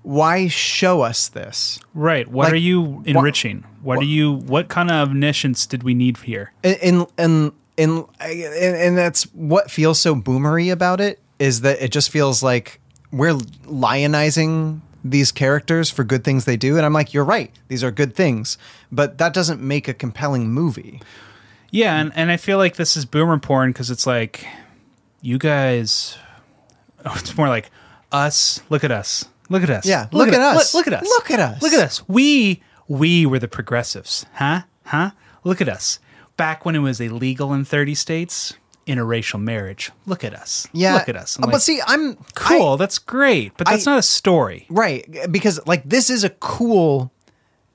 S1: why show us this?
S2: Right. What
S1: Like,
S2: are you enriching? What,
S1: wha-
S2: are you? What kind of omniscience did we need here?
S1: and and and and, and that's what feels so boomery about it is that it just feels like we're lionizing these characters for good things they do and i'm like you're right these are good things but that doesn't make a compelling movie
S2: Yeah, and, and I feel like this is boomer porn because it's like, you guys. Oh, it's more like us. Look at us. Look at us.
S1: Yeah, look at us.
S2: Look, look at us.
S1: Look at us.
S2: Look at us. We we were the progressives, huh? Huh? Look at us. Back when it was illegal in thirty states, interracial marriage. Look at us.
S1: yeah
S2: Look at us. I'm
S1: but
S2: like,
S1: see i'm
S2: cool. that's great, but that's
S1: I-
S2: not a story.
S1: I- right because like this is a cool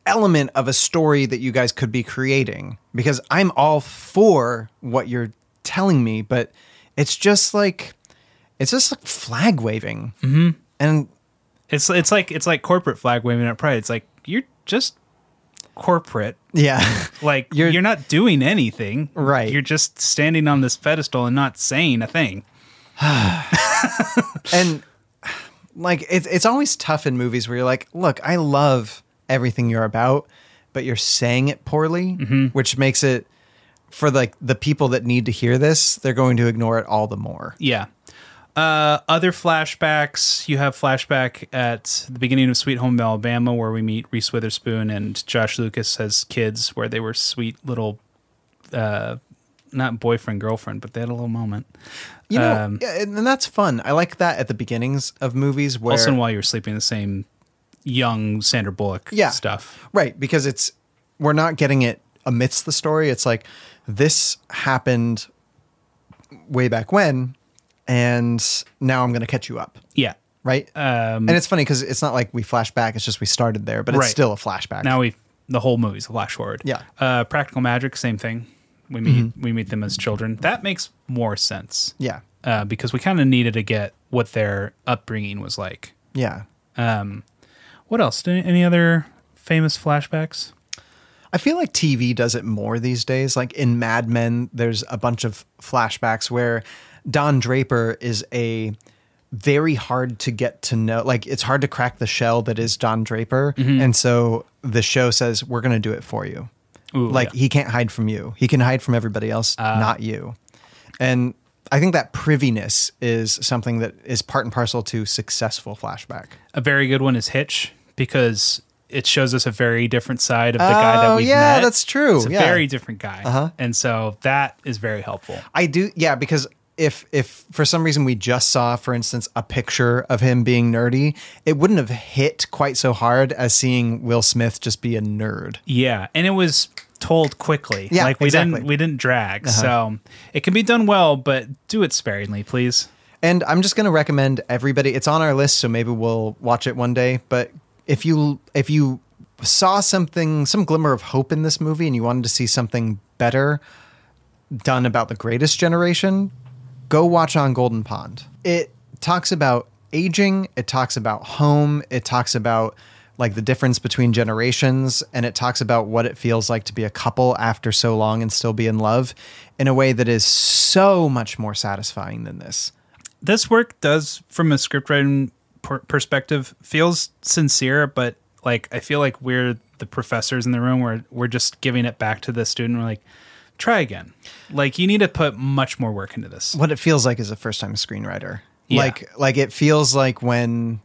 S1: element of a story that you guys could be creating because i'm all for what you're telling me but it's just like it's just like flag waving mm-hmm. and
S2: It's it's like it's like corporate flag waving at pride. It's like you're just corporate.
S1: Yeah.
S2: Like you're,
S1: You're-
S2: you're not doing anything.
S1: Right.
S2: You're just standing on this pedestal and not saying a thing.
S1: and like it's it's always tough in movies where you're like, look, I love everything you're about, but you're saying it poorly, which makes it for like the people that need to hear this, they're going to ignore it all the more.
S2: Yeah. Uh, other flashbacks. You have flashback at the beginning of Sweet Home Alabama, where we meet Reese Witherspoon and Josh Lucas as kids, where they were sweet little, uh, not boyfriend girlfriend, but they had a little moment.
S1: You know,
S2: Um,
S1: yeah, and, and that's fun. I like that at the beginnings of movies where
S2: Also, while you're sleeping, the same young Sandra Bullock
S1: Yeah.
S2: stuff.
S1: Right, because it's we're not getting it amidst the story. It's like this happened way back when and now I'm going to catch you up.
S2: Yeah.
S1: right? Um, and it's funny because it's not like we flash back; it's just we started there, but it's
S2: Right.
S1: still a flashback.
S2: Now we the whole movie's a flash forward.
S1: Yeah. Mm-hmm.
S2: Uh, Practical Magic, same thing. We meet we meet them as children. That makes more sense.
S1: yeah,
S2: Uh, because we kind of needed to get what their upbringing was like.
S1: yeah.
S2: What else? Any, any other famous flashbacks?
S1: I feel like TV does it more these days. Like in Mad Men, there's a bunch of flashbacks where Don Draper is a very hard to get to know. Like it's hard to crack the shell that is Don Draper, and so the show says we're going to do it for you. like
S2: yeah.
S1: he can't hide from you. He can hide from everybody else, not you. And I think that priviness is something that is part and parcel to successful flashback.
S2: A very good one is Hitch because it shows us a very different side of the guy that
S1: Oh,
S2: we've
S1: yeah,
S2: met.
S1: that's true.
S2: It's a
S1: Yeah.
S2: very different guy, uh-huh. and so that is very helpful.
S1: I do, yeah, because if if for some reason we just saw, for instance, a picture of him being nerdy, it wouldn't have hit quite so hard as seeing Will Smith just be a nerd.
S2: Yeah, and it was told quickly.
S1: Yeah,
S2: like we
S1: exactly. Uh-huh.
S2: didn't we didn't drag. So it can be done well, but do it sparingly, please.
S1: And I'm just going to recommend everybody. It's on our list, so maybe we'll watch it one day. But if you if you saw something, some glimmer of hope in this movie, and you wanted to see something better done about the Greatest Generation, go watch on Golden Pond. It talks about aging. It talks about home. It talks about like the difference between generations and it talks about what it feels like to be a couple after so long and still be in love in a way that is so much more satisfying than this.
S2: This work does, from a scriptwriting per- perspective, feels sincere, but like I feel like we're the professors in the room. We're we're just giving it back to the student. We're like, try again. Like you need to put much more work into this.
S1: what it feels like is a first time screenwriter.
S2: Yeah.
S1: Like like it feels like when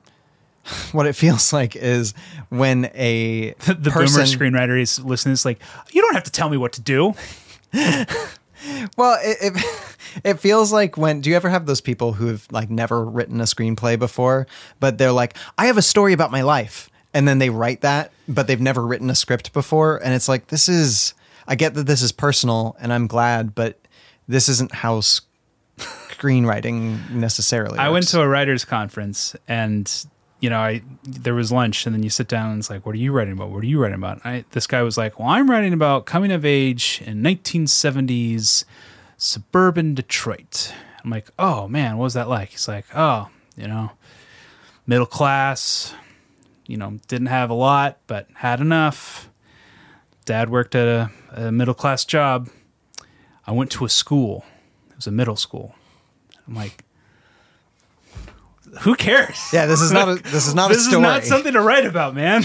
S1: what it feels like is when a
S2: The
S1: person,
S2: boomer screenwriter is listening. It's like you don't have to tell me what to do.
S1: Well, it, it it feels like when do you ever have those people who have like never written a screenplay before, but they're like, I have a story about my life, and then they write that, but they've never written a script before, and it's like this is. I get that this is personal, and I'm glad, but this isn't how s- screenwriting necessarily.
S2: I went
S1: works.
S2: to a writers conference and you know I there was lunch and then you sit down and it's like what are you writing about what are you writing about I, this guy was like well I'm writing about coming of age in 1970s suburban Detroit I'm like oh man what was that like he's like oh you know middle class you know didn't have a lot but had enough dad worked at a, a middle class job I went to a school it was a middle school I'm like who cares
S1: Yeah, this is not a this is not a
S2: this
S1: story.
S2: is not something to write about, man.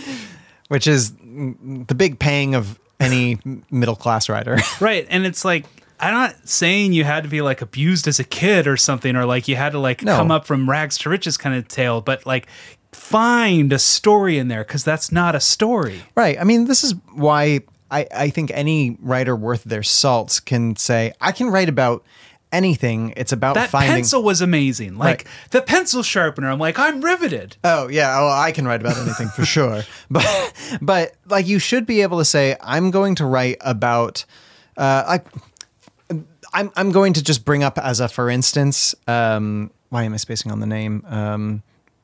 S1: which is mm, the big pang of any middle class writer.
S2: right. And it's like, I'm not saying you had to be like abused as a kid or something, or like you had to like
S1: No.
S2: come up from rags to riches kind of tale, but like find a story in there because that's not a story.
S1: right. I mean, this is why I, I think any writer worth their salts can say, I can write about anything. It's about
S2: That
S1: finding.
S2: pencil was amazing. Like
S1: Right.
S2: the pencil sharpener, I'm like, I'm riveted.
S1: Oh yeah, well, I can write about anything for sure. But but like you should be able to say I'm going to write about uh like I'm I'm going to just bring up as a for instance um why am I spacing on the name um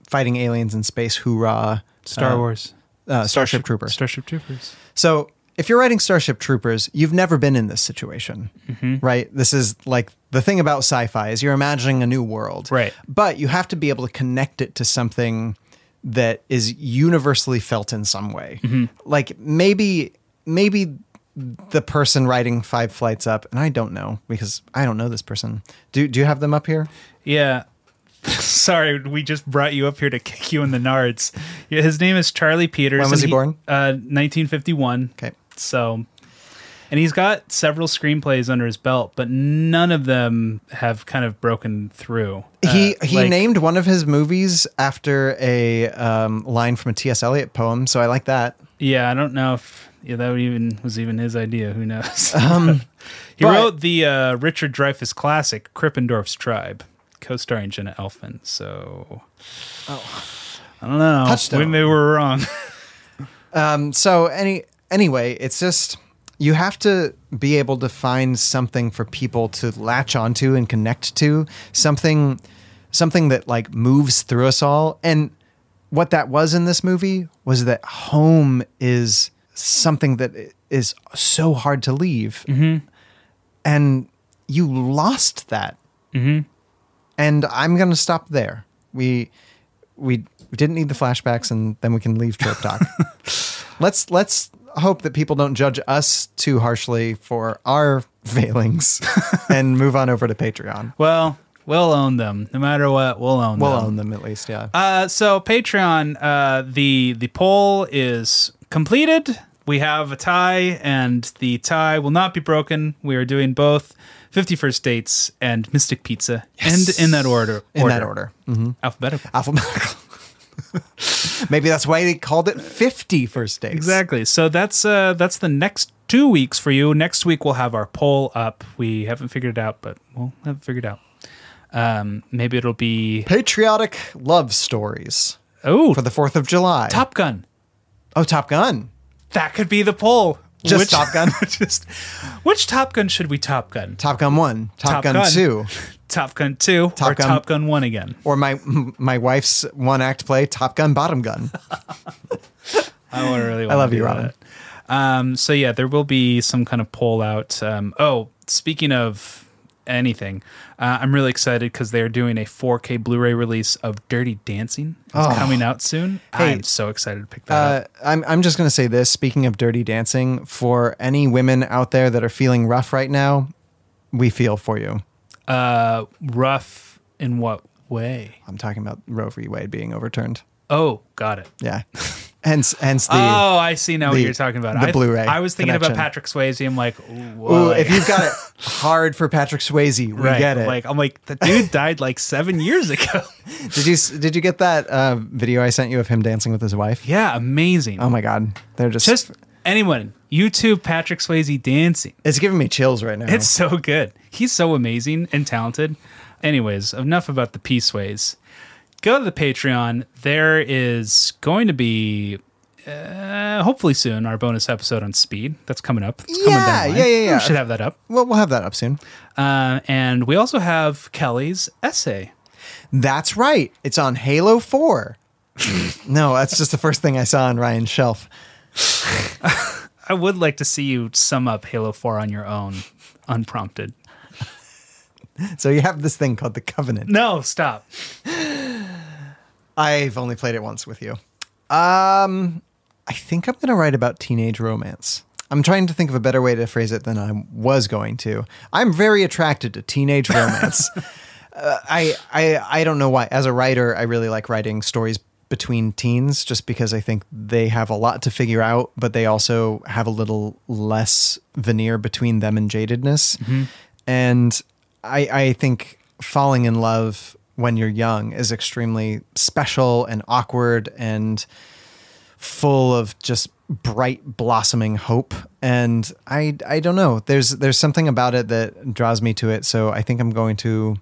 S1: fighting aliens in space hoorah
S2: Star
S1: uh,
S2: Wars,
S1: uh, Starship Troopers.
S2: Starship Troopers.
S1: So if you're writing Starship Troopers, you've never been in this situation,
S2: Mm-hmm.
S1: right? This is like the thing about sci-fi is you're imagining a new world,
S2: Right.
S1: But you have to be able to connect it to something that is universally felt in some way.
S2: Mm-hmm.
S1: Like maybe, maybe the person writing Five Flights Up, and I don't know because I don't know this person. Do do you have them up here?
S2: Yeah. Sorry, we just brought you up here to kick you in the nards. Yeah, His name is Charlie Peters.
S1: When was
S2: and
S1: he born?
S2: Uh, 1951.
S1: Okay.
S2: So, and he's got several screenplays under his belt, but none of them have kind of broken through. Uh,
S1: he he
S2: like-
S1: named one of his movies after a um, line from a T.S. Eliot poem, so I like that.
S2: Yeah, I don't know if yeah that would even was even his idea. Who knows? he
S1: Um, but-
S2: wrote the uh, Richard Dreyfuss classic Krippendorf's Tribe, co-starring Jenna Elfman. So, I don't know.
S1: Oh. Touchstone.
S2: We maybe we're wrong.
S1: Um, so any anyway, it's just you have to be able to find something for people to latch onto and connect to, something something that like moves through us all. And what that was in this movie was that home is something that i- is so hard to leave. And you lost that. And I'm going to stop there. We we didn't need the flashbacks and then we can leave Trip Talk. let's let's hope that people don't judge us too harshly for our failings and move on over to Patreon.
S2: well, we'll own them no matter what. We'll own
S1: We'll
S2: them.
S1: own them at least, yeah.
S2: Uh, so Patreon, uh, the the poll is completed. We have a tie, and the tie will not be broken. We are doing both Fifty First Dates and Mystic Pizza, and in that order. Mm-hmm.
S1: in that order.
S2: alphabetical.
S1: Alphabetical. Maybe that's why they called it 50 first dates.
S2: Exactly. So that's uh, that's the next two weeks for you. Next week we'll have our poll up. We haven't figured it out, but we'll have it figured out. Um, maybe it'll be
S1: Patriotic love stories
S2: oh
S1: for the 4th of July.
S2: Top Gun.
S1: Oh, Top Gun.
S2: That could be the poll.
S1: Just
S2: Which-
S1: Top Gun.
S2: just which Top Gun should we Top Gun?
S1: Top Gun 1, Top,
S2: Top
S1: Gun,
S2: Gun.
S1: 2,
S2: Top Gun two
S1: Top
S2: or
S1: Gun-
S2: Top Gun one again?
S1: or my my wife's one act play Top Gun Bottom Gun.
S2: I don't really.
S1: I
S2: wanna
S1: love you,
S2: do
S1: Robin.
S2: that. Um, so yeah, there will be some kind of poll out. Um, oh, speaking of anything, uh, I'm really excited because they are doing a 4K Blu-ray release of Dirty Dancing. It's coming out soon. I'm so excited to pick that up.
S1: Oh. Uh, I'm, I'm just going to say this. Speaking of dirty dancing, for any women out there that are feeling rough right now, we feel for you.
S2: Uh, Rough in what way?
S1: I'm talking about Roe v. Wade being overturned.
S2: Oh, got it.
S1: Yeah. hence, hence the.
S2: oh, I see now
S1: the-
S2: what you're talking about.
S1: the
S2: I,
S1: Blu-ray
S2: I was thinking about
S1: connection.
S2: Patrick Swayze. I'm like,
S1: Ooh,
S2: whoa.
S1: if you've got it hard for Patrick Swayze, we
S2: right,
S1: get it.
S2: Like I'm like the dude died like seven years ago.
S1: did you s- did you get that uh, video I sent you of him dancing with his wife?
S2: yeah, amazing.
S1: Oh my god, they're just,
S2: Just anyone, YouTube Patrick Swayze dancing.
S1: it's giving me chills right now.
S2: It's so good. He's so amazing and talented. Anyways, enough about the Peace Ways. Go to the Patreon. There is going to be, uh, hopefully soon, our bonus episode on speed. That's coming up. That's coming
S1: Yeah,
S2: down the line.
S1: yeah, yeah, yeah.
S2: We should have that up.
S1: well, we'll have that up soon.
S2: Uh, and we also have Kelly's essay.
S1: That's right. It's on Halo 4. no, that's just the first thing I saw on Ryan's shelf.
S2: I would like to see you sum up Halo 4 on your own, unprompted.
S1: So you have this thing called the Covenant.
S2: No, stop.
S1: I've only played it once with you. Um, I think I'm going to write about teenage romance. I'm trying to think of a better way to phrase it than I was going to. I'm very attracted to teenage romance. Uh, I, I I don't know why. As a writer, I really like writing stories between teens just because I think they have a lot to figure out, but they also have a little less veneer between them and jadedness. And I I think falling in love when you're young is extremely special and awkward and full of just bright blossoming hope and I I don't know there's there's something about it that draws me to it so I think I'm going to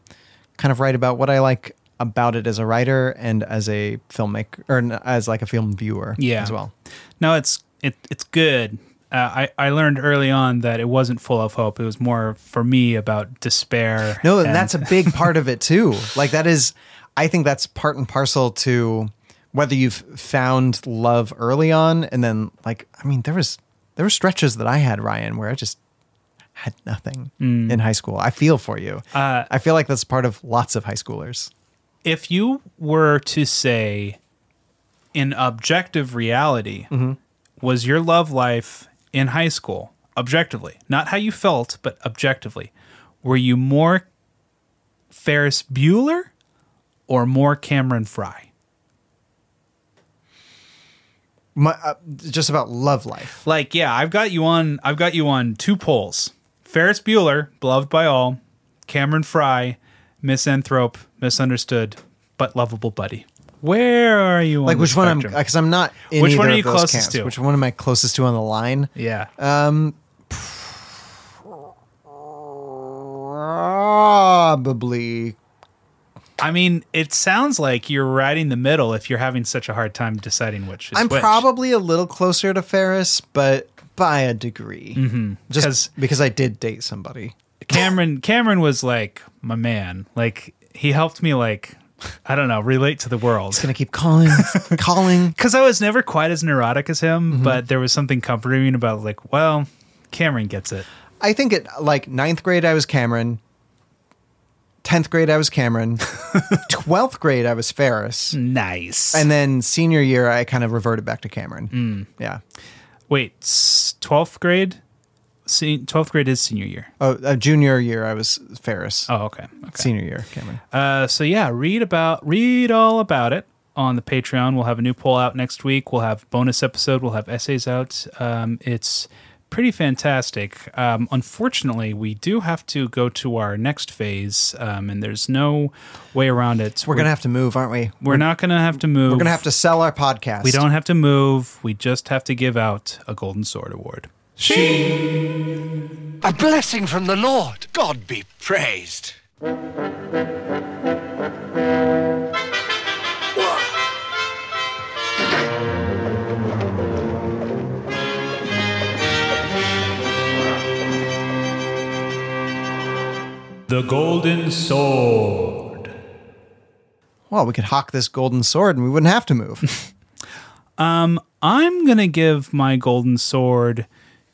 S1: kind of write about what I like about it as a writer and as a filmmaker or n- as like a film viewer
S2: yeah.
S1: as well
S2: No, it's it, it's good. Uh, I I learned early on that it wasn't full of hope. It was more for me about despair.
S1: No, and, that's a big part of it too. Like that is, I think that's part and parcel to whether you've found love early on, and then like I mean, there was there were stretches that I had Ryan where I just had nothing
S2: Mm.
S1: in high school. I feel for you.
S2: Uh,
S1: I feel like that's part of lots of high schoolers.
S2: if you were to say, in objective reality, was your love life in high school objectively, not how you felt, but objectively, were you more Ferris Bueller or more Cameron Fry?
S1: My, uh, just about love life.
S2: like yeah i've got you on i've got you on two polls ferris bueller beloved by all cameron fry misanthrope misunderstood but lovable buddy where are you on
S1: Like
S2: the
S1: which one? I'm
S2: spectrum?
S1: because I'm not. In
S2: Which
S1: either
S2: one are
S1: of
S2: you
S1: those
S2: closest
S1: camps.
S2: to?
S1: Which one am I closest to on the line?
S2: yeah
S1: Probably
S2: i mean it sounds like you're right in the middle if you're having such a hard time deciding which is
S1: I'm
S2: which.
S1: probably a little closer to Ferris, but by a degree. Mm-hmm. Just
S2: 'Cause-
S1: because I did date somebody.
S2: cameron cameron was like my man like he helped me like i don't know relate to the world
S1: Gonna keep calling, calling.
S2: because I was never quite as neurotic as him, but there was something comforting about like, well, Cameron gets it.
S1: I think at like ninth grade, I was Cameron. Tenth grade, I was Cameron. Twelfth grade, I was
S2: Mm.
S1: Ferris.
S2: Nice. And
S1: And then senior year, I kind of reverted back to Cameron.
S2: Mm.
S1: Yeah.
S2: wait, twelfth grade. Twelfth grade is senior year.
S1: Oh, uh, junior year, I was Ferris.
S2: Oh, okay. okay.
S1: Senior year, Cameron.
S2: Uh, so yeah, read about read all about it on the Patreon. We'll have a new poll out next week. We'll have bonus episode. We'll have essays out. Um, it's pretty fantastic. Um, unfortunately, we do have to go to our next phase, um, and there's no way around it.
S1: We're gonna have to move, aren't we?
S2: We're not gonna have to move.
S1: We're gonna have to sell our podcast.
S2: We don't have to move. We just have to give out a Golden Sword Award.
S9: A blessing from the Lord. God be praised.
S10: The Golden Sword.
S1: Well, we could hawk this golden sword and we wouldn't have to move.
S2: Um, I'm gonna give my golden sword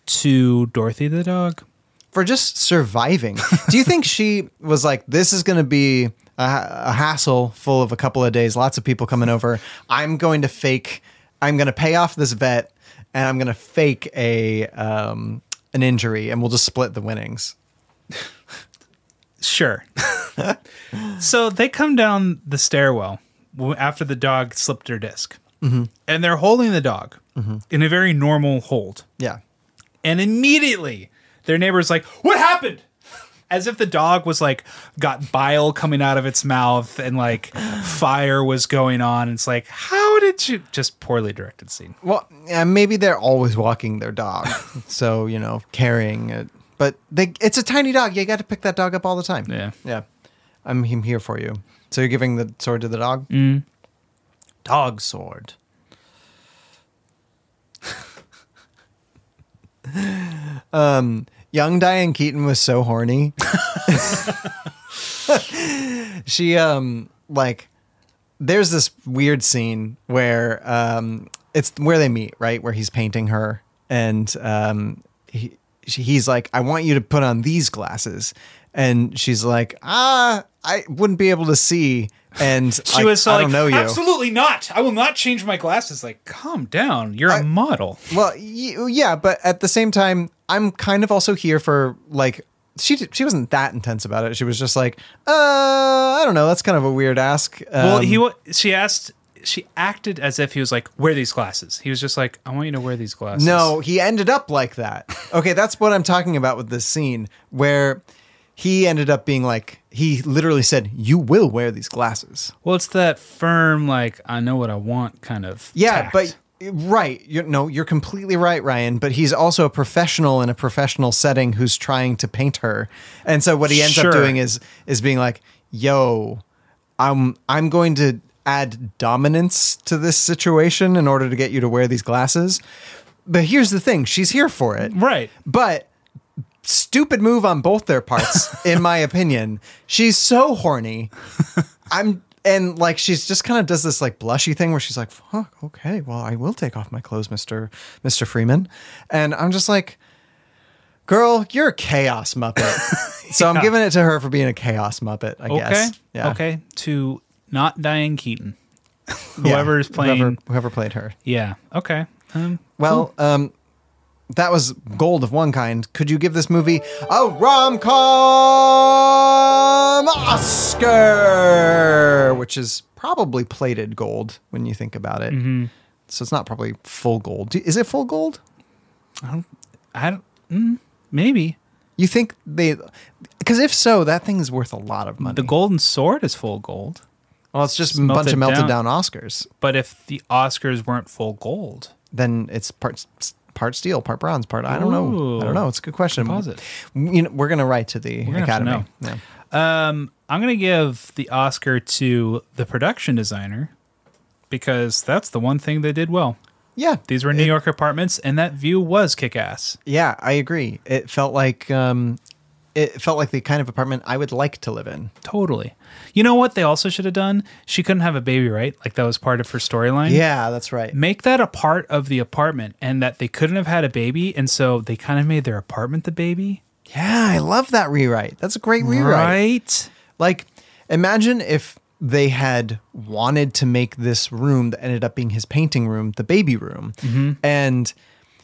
S2: to Dorothy the dog.
S1: For just surviving. Do you think she was like, this is going to be a, a hassle full of a couple of days, lots of people coming over. I'm going to fake, I'm going to pay off this vet and I'm going to fake a, um, an injury and we'll just split the winnings.
S2: Sure. so they come down the stairwell w- after the dog slipped her disk
S1: Mm-hmm.
S2: and they're holding the dog in a very normal hold.
S1: Yeah.
S2: And immediately their neighbor's like, What happened? As if the dog was like, got bile coming out of its mouth and like fire was going on. It's like, How did you? Just poorly directed scene.
S1: Well, yeah, maybe they're always walking their dog. so, you know, carrying it. But they, it's a tiny dog. You got to pick that dog up all the time.
S2: Yeah.
S1: Yeah. I'm, I'm here for you. So you're giving the sword to the dog? Dog sword. um, young Diane Keaton was so horny. she um like there's this weird scene where um it's where they meet right where he's painting her and um he she, he's like I want you to put on these glasses and she's like ah I wouldn't be able to see and
S2: She
S1: like,
S2: was so
S1: I
S2: like,
S1: don't know you
S2: Absolutely not. I will not change my glasses. Like, calm down. You're a model.
S1: Well, y- yeah, but at the same time, I'm kind of also here for like she d- she wasn't that intense about it. She was just like, uh, I don't know, that's kind of a weird ask.
S2: well,
S1: Um,
S2: he wa- she asked. She acted as if he was like, wear these glasses. He was just like, I want you to wear these glasses.
S1: no, he ended up like that. Okay, that's what I'm talking about with this scene where he ended up being like he literally said, "You will wear these glasses."
S2: Well, it's that firm, like, I know what I want kind of.
S1: Yeah,
S2: tact.
S1: but right, you no, you're completely right, Ryan. But he's also a professional in a professional setting who's trying to paint her, and so what he ends
S2: Sure.
S1: up doing is is being like, "Yo, I'm I'm going to add dominance to this situation in order to get you to wear these glasses." But here's the thing: she's here for it,
S2: Right.
S1: But stupid move on both their parts, in my opinion. She's so horny. I'm and like she's just kind of does this like blushy thing where she's like, "Fuck, okay, well I will take off my clothes, Mister Mister Freeman," and I'm just like, "Girl, you're a chaos muppet." So I'm giving it to her for being a chaos muppet. I
S2: Okay.
S1: guess. Yeah.
S2: Okay. To not Diane Keaton.
S1: Yeah.
S2: Whoever is playing.
S1: whoever, whoever played her.
S2: Yeah. Okay. Um,
S1: Well, um, that was gold of one kind. Could you give this movie a rom com Oscar? Which is probably plated gold when you think about it.
S2: Mm-hmm.
S1: So it's not probably full gold. Do- Is it full gold?
S2: I don't, mm, maybe.
S1: You think they. Because if so, that thing is worth a lot of money.
S2: The golden sword is full gold.
S1: well, it's just a
S2: melt
S1: bunch
S2: it
S1: of melted
S2: down.
S1: down. Oscars.
S2: But if the Oscars weren't full gold,
S1: Then it's part, part steel, part bronze, part. I don't know. I
S2: Ooh.
S1: don't know. It's a good question.
S2: Composite.
S1: You know, we're going to write to the
S2: gonna have to
S1: Academy.
S2: know.
S1: Yeah.
S2: um, I'm going to give the Oscar to the production designer because that's the one thing they did well.
S1: Yeah,
S2: These were New York apartments, and that view was kick ass.
S1: Yeah, I agree. It felt like um, it felt like the kind of apartment I would like to live in.
S2: Totally. You know what they also should have done? She couldn't have a baby, right? Like that was part of her storyline.
S1: Yeah, that's right.
S2: Make that a part of the apartment and that they couldn't have had a baby. And so they kind of made their apartment the baby.
S1: Yeah, I love that rewrite. That's a great rewrite.
S2: Right?
S1: Like, imagine if they had wanted to make this room that ended up being his painting room, the baby room, and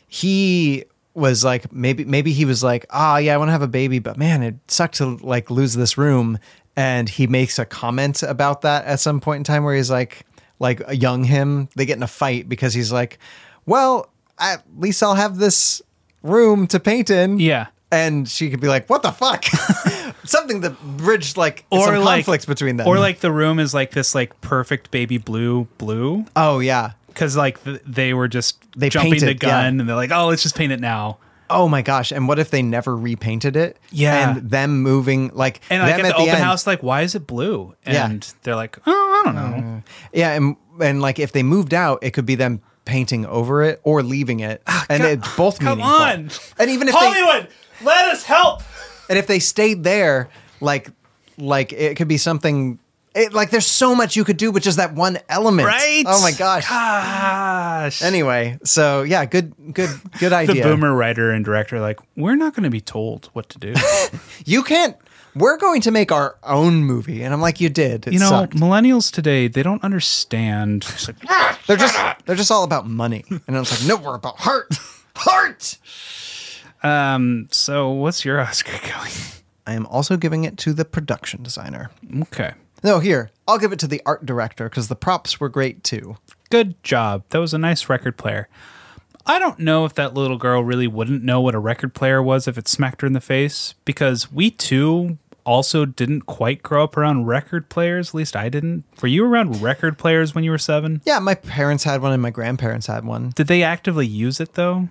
S1: he was like, maybe, maybe he was like, ah, yeah, I want to have a baby, but man, it sucked to like lose this room. And he makes a comment about that at some point in time where he's like, like a young him, they get in a fight because he's like, well, at least I'll have this room to paint in.
S2: Yeah.
S1: And she could be like, "What the fuck?" Something that bridged like some conflict between them.
S2: Or like the room is like this like perfect baby blue blue.
S1: oh yeah,
S2: Because like th- they were just
S1: They
S2: jumping the
S1: painted, yeah.
S2: gun and they're like, oh, let's just paint it now.
S1: Oh my gosh! And what if they never repainted it?
S2: Yeah.
S1: and them moving like
S2: And like
S1: them
S2: at the, open
S1: end-
S2: house, like, why is it blue?
S1: Yeah. Mm.
S2: And they're like, oh, I don't know.
S1: Yeah, and and like if they moved out, it could be them painting over it or leaving it, and it's both
S2: Ah, Come
S1: meaningful.
S2: on.
S1: And even if
S2: Hollywood, let us help.
S1: they and if they stayed there, like like it could be something. It, like there's so much you could do with just that one element,
S2: Right?
S1: Oh my gosh!
S2: Gosh.
S1: Anyway, so yeah, good, good, good
S2: the
S1: idea.
S2: boomer writer and director, are like, we're not going to be told what to do.
S1: You can't. We're going to make our own movie, and I'm like, you did. It
S2: you know,
S1: sucked.
S2: millennials today, they don't understand. It's like,
S1: They're just they're just all about money, and I was like, no, we're about heart, heart.
S2: um, so what's your Oscar going?
S1: I am also giving it to the production designer.
S2: okay.
S1: No, here I'll give it to the art director because the props were great too.
S2: Good job. That was a nice record player. I don't know if that little girl really wouldn't know what a record player was if it smacked her in the face because we too also didn't quite grow up around record players. At least I didn't. Were you around record players when you were seven?
S1: Yeah, my parents had one, and my grandparents had one.
S2: Did they actively use it though?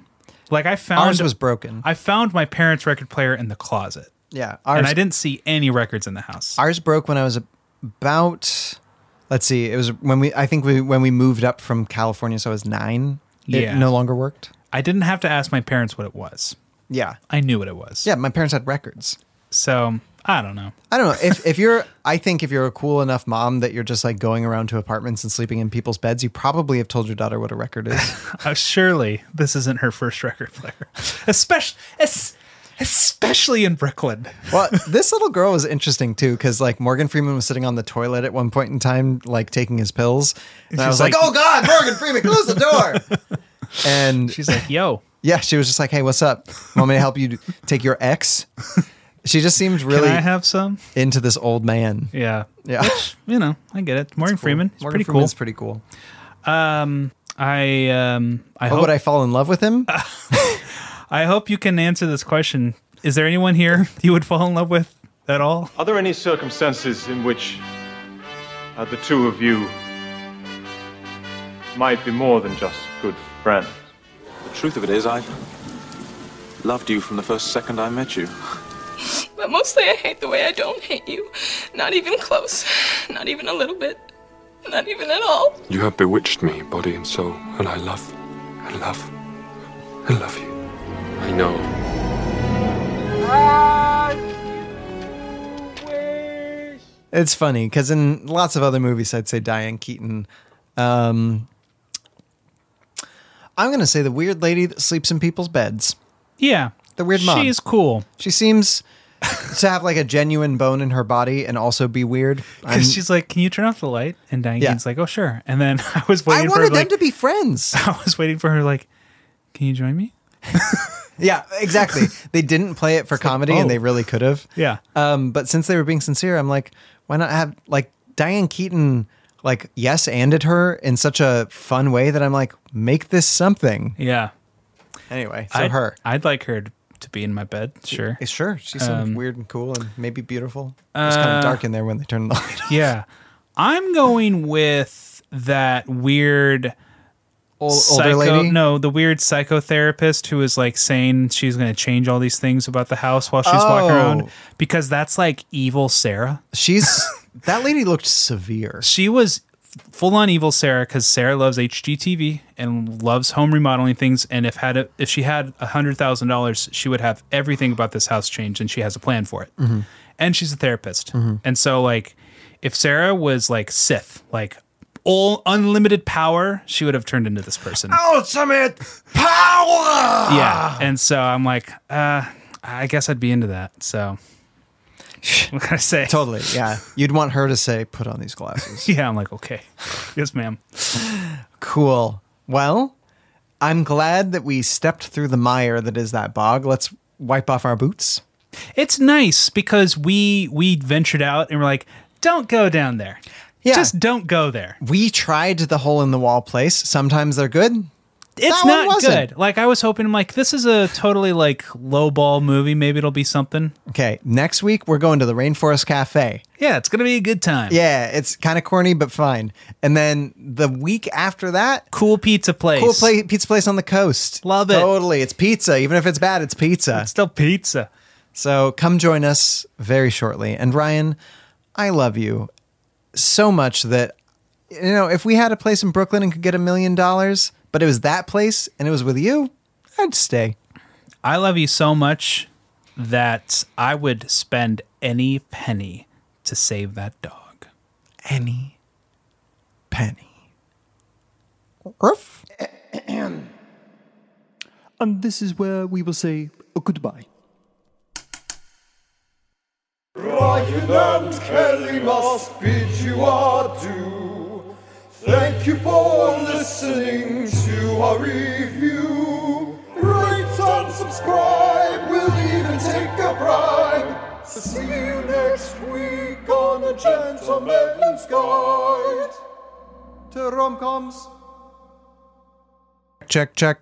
S2: Like I found
S1: Ours was broken.
S2: I found my parents' record player in the closet.
S1: Yeah,
S2: and
S1: ours
S2: I didn't see any records in the house.
S1: ours broke when I was about. Let's see. It was when we. I think we when we moved up from California, so I was nine. It
S2: Yeah.
S1: no longer worked.
S2: I didn't have to ask my parents what it was.
S1: Yeah,
S2: I knew what it was.
S1: yeah. My parents had records.
S2: So I don't know.
S1: I don't know if if you're. I think if you're a cool enough mom that you're just like going around to apartments and sleeping in people's beds, you probably have told your daughter what a record is.
S2: Uh, surely this isn't her first record player, especially es- especially in Brooklyn.
S1: well, this little girl was interesting too because like Morgan Freeman was sitting on the toilet at one point in time, like taking his pills, and I
S2: She's
S1: was like,
S2: like-
S1: "Oh God, Morgan Freeman, close the door!" And
S2: She's like, "Yo,
S1: yeah, she was just like, "Hey, what's up? Want me to help you take your ex?" She just seemed really
S2: can I have some?"
S1: into this old man.
S2: Yeah,
S1: Yeah,
S2: you know, I get it. Morgan Freeman, he's
S1: Morgan
S2: pretty
S1: Freeman's
S2: cool.
S1: pretty cool.
S2: um, I um, I
S1: But
S2: hope
S1: would I fall in love with him?
S2: I hope you can answer this question. Is there anyone here you would fall in love with at all?
S11: Are there any circumstances in which uh, the two of you might be more than just good friends?
S7: The truth of it is, I loved you from the first second I met you.
S12: But mostly I hate the way I don't hate you. Not even close. Not even a little bit. Not even at all.
S8: You have bewitched me, body and soul, and I love, I love, I love you. I know.
S1: It's funny because in lots of other movies, I'd say Diane Keaton. Um, I'm gonna say the weird lady that sleeps in people's beds.
S2: Yeah,
S1: The weird mom.
S2: She's cool.
S1: She seems to have like a genuine bone in her body and also be weird. I'm-
S2: Because she's like, "Can you turn off the light?" And Diane
S1: Yeah.
S2: Keaton's like, "Oh, sure." And then I was
S1: I
S2: waiting for her,
S1: wanted them
S2: like,
S1: to be friends.
S2: I was waiting for her like, "Can you join me?"
S1: yeah, exactly. They didn't play it for comedy,
S2: oh.
S1: and they really could have.
S2: Yeah.
S1: Um, but since they were being sincere, I'm like, why not have like Diane Keaton like yes anded her in such a fun way that I'm like, make this something.
S2: Yeah.
S1: Anyway, so
S2: I'd,
S1: her.
S2: I'd like her to be in my bed. Sure.
S1: Eh, Sure, she seemed
S2: Um,
S1: weird and cool and maybe beautiful. It's kind
S2: uh,
S1: of dark in there when they turned the light on.
S2: Yeah. I'm going with that weird
S1: Ol- older
S2: psycho-
S1: lady.
S2: No, the weird psychotherapist who is like saying she's going to change all these things about the house while she's walking
S1: Oh.
S2: around because that's like evil Sarah.
S1: She's that lady looked severe.
S2: She was full on evil Sarah because Sarah loves HGTV and loves home remodeling things. And if had a, if she had a hundred thousand dollars, she would have everything about this house changed, and she has a plan for it. And she's a therapist, and so like if Sarah was like Sith, like all unlimited power, she would have turned into this person.
S9: Ultimate power!
S2: Yeah, and so I'm like, uh, I guess I'd be into that. So what can I say?
S1: Totally, yeah. You'd want her to say, "Put on these glasses."
S2: Yeah, I'm like, okay, yes, ma'am.
S1: Cool. Well, I'm glad that we stepped through the mire that is that bog. Let's wipe off our boots.
S2: it's nice because we we ventured out and we're like, don't go down there.
S1: Yeah.
S2: Just don't go there.
S1: We tried the hole in the wall place. Sometimes they're good. That
S2: it's
S1: one
S2: not
S1: wasn't.
S2: good. Like I was hoping, like this is a totally like low ball movie. Maybe it'll be something.
S1: Okay, next week we're going to the Rainforest Cafe.
S2: Yeah, it's gonna be a good time.
S1: Yeah, it's kind of corny, but fine. And then the week after that,
S2: cool pizza place.
S1: cool play, pizza place on the coast.
S2: Love it.
S1: Totally. It's pizza. Even if it's bad, it's pizza.
S2: It's still pizza.
S1: So come join us very shortly. And Ryan, I love you so much that, you know, if we had a place in Brooklyn and could get a million dollars, but it was that place and it was with you, I'd stay.
S2: I love you so much that I would spend any penny to save that dog.
S1: Any penny. Ruff.
S13: And this is where we will say oh, goodbye.
S14: Ryan and Kelly must bid you adieu. Thank you for listening to our review. Rate and subscribe, we'll even take a bribe. See you next week on A Gentleman's Guide to Rom-Coms.
S1: Check, check.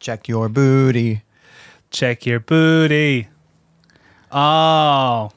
S1: Check your booty.
S2: Check your booty. Oh,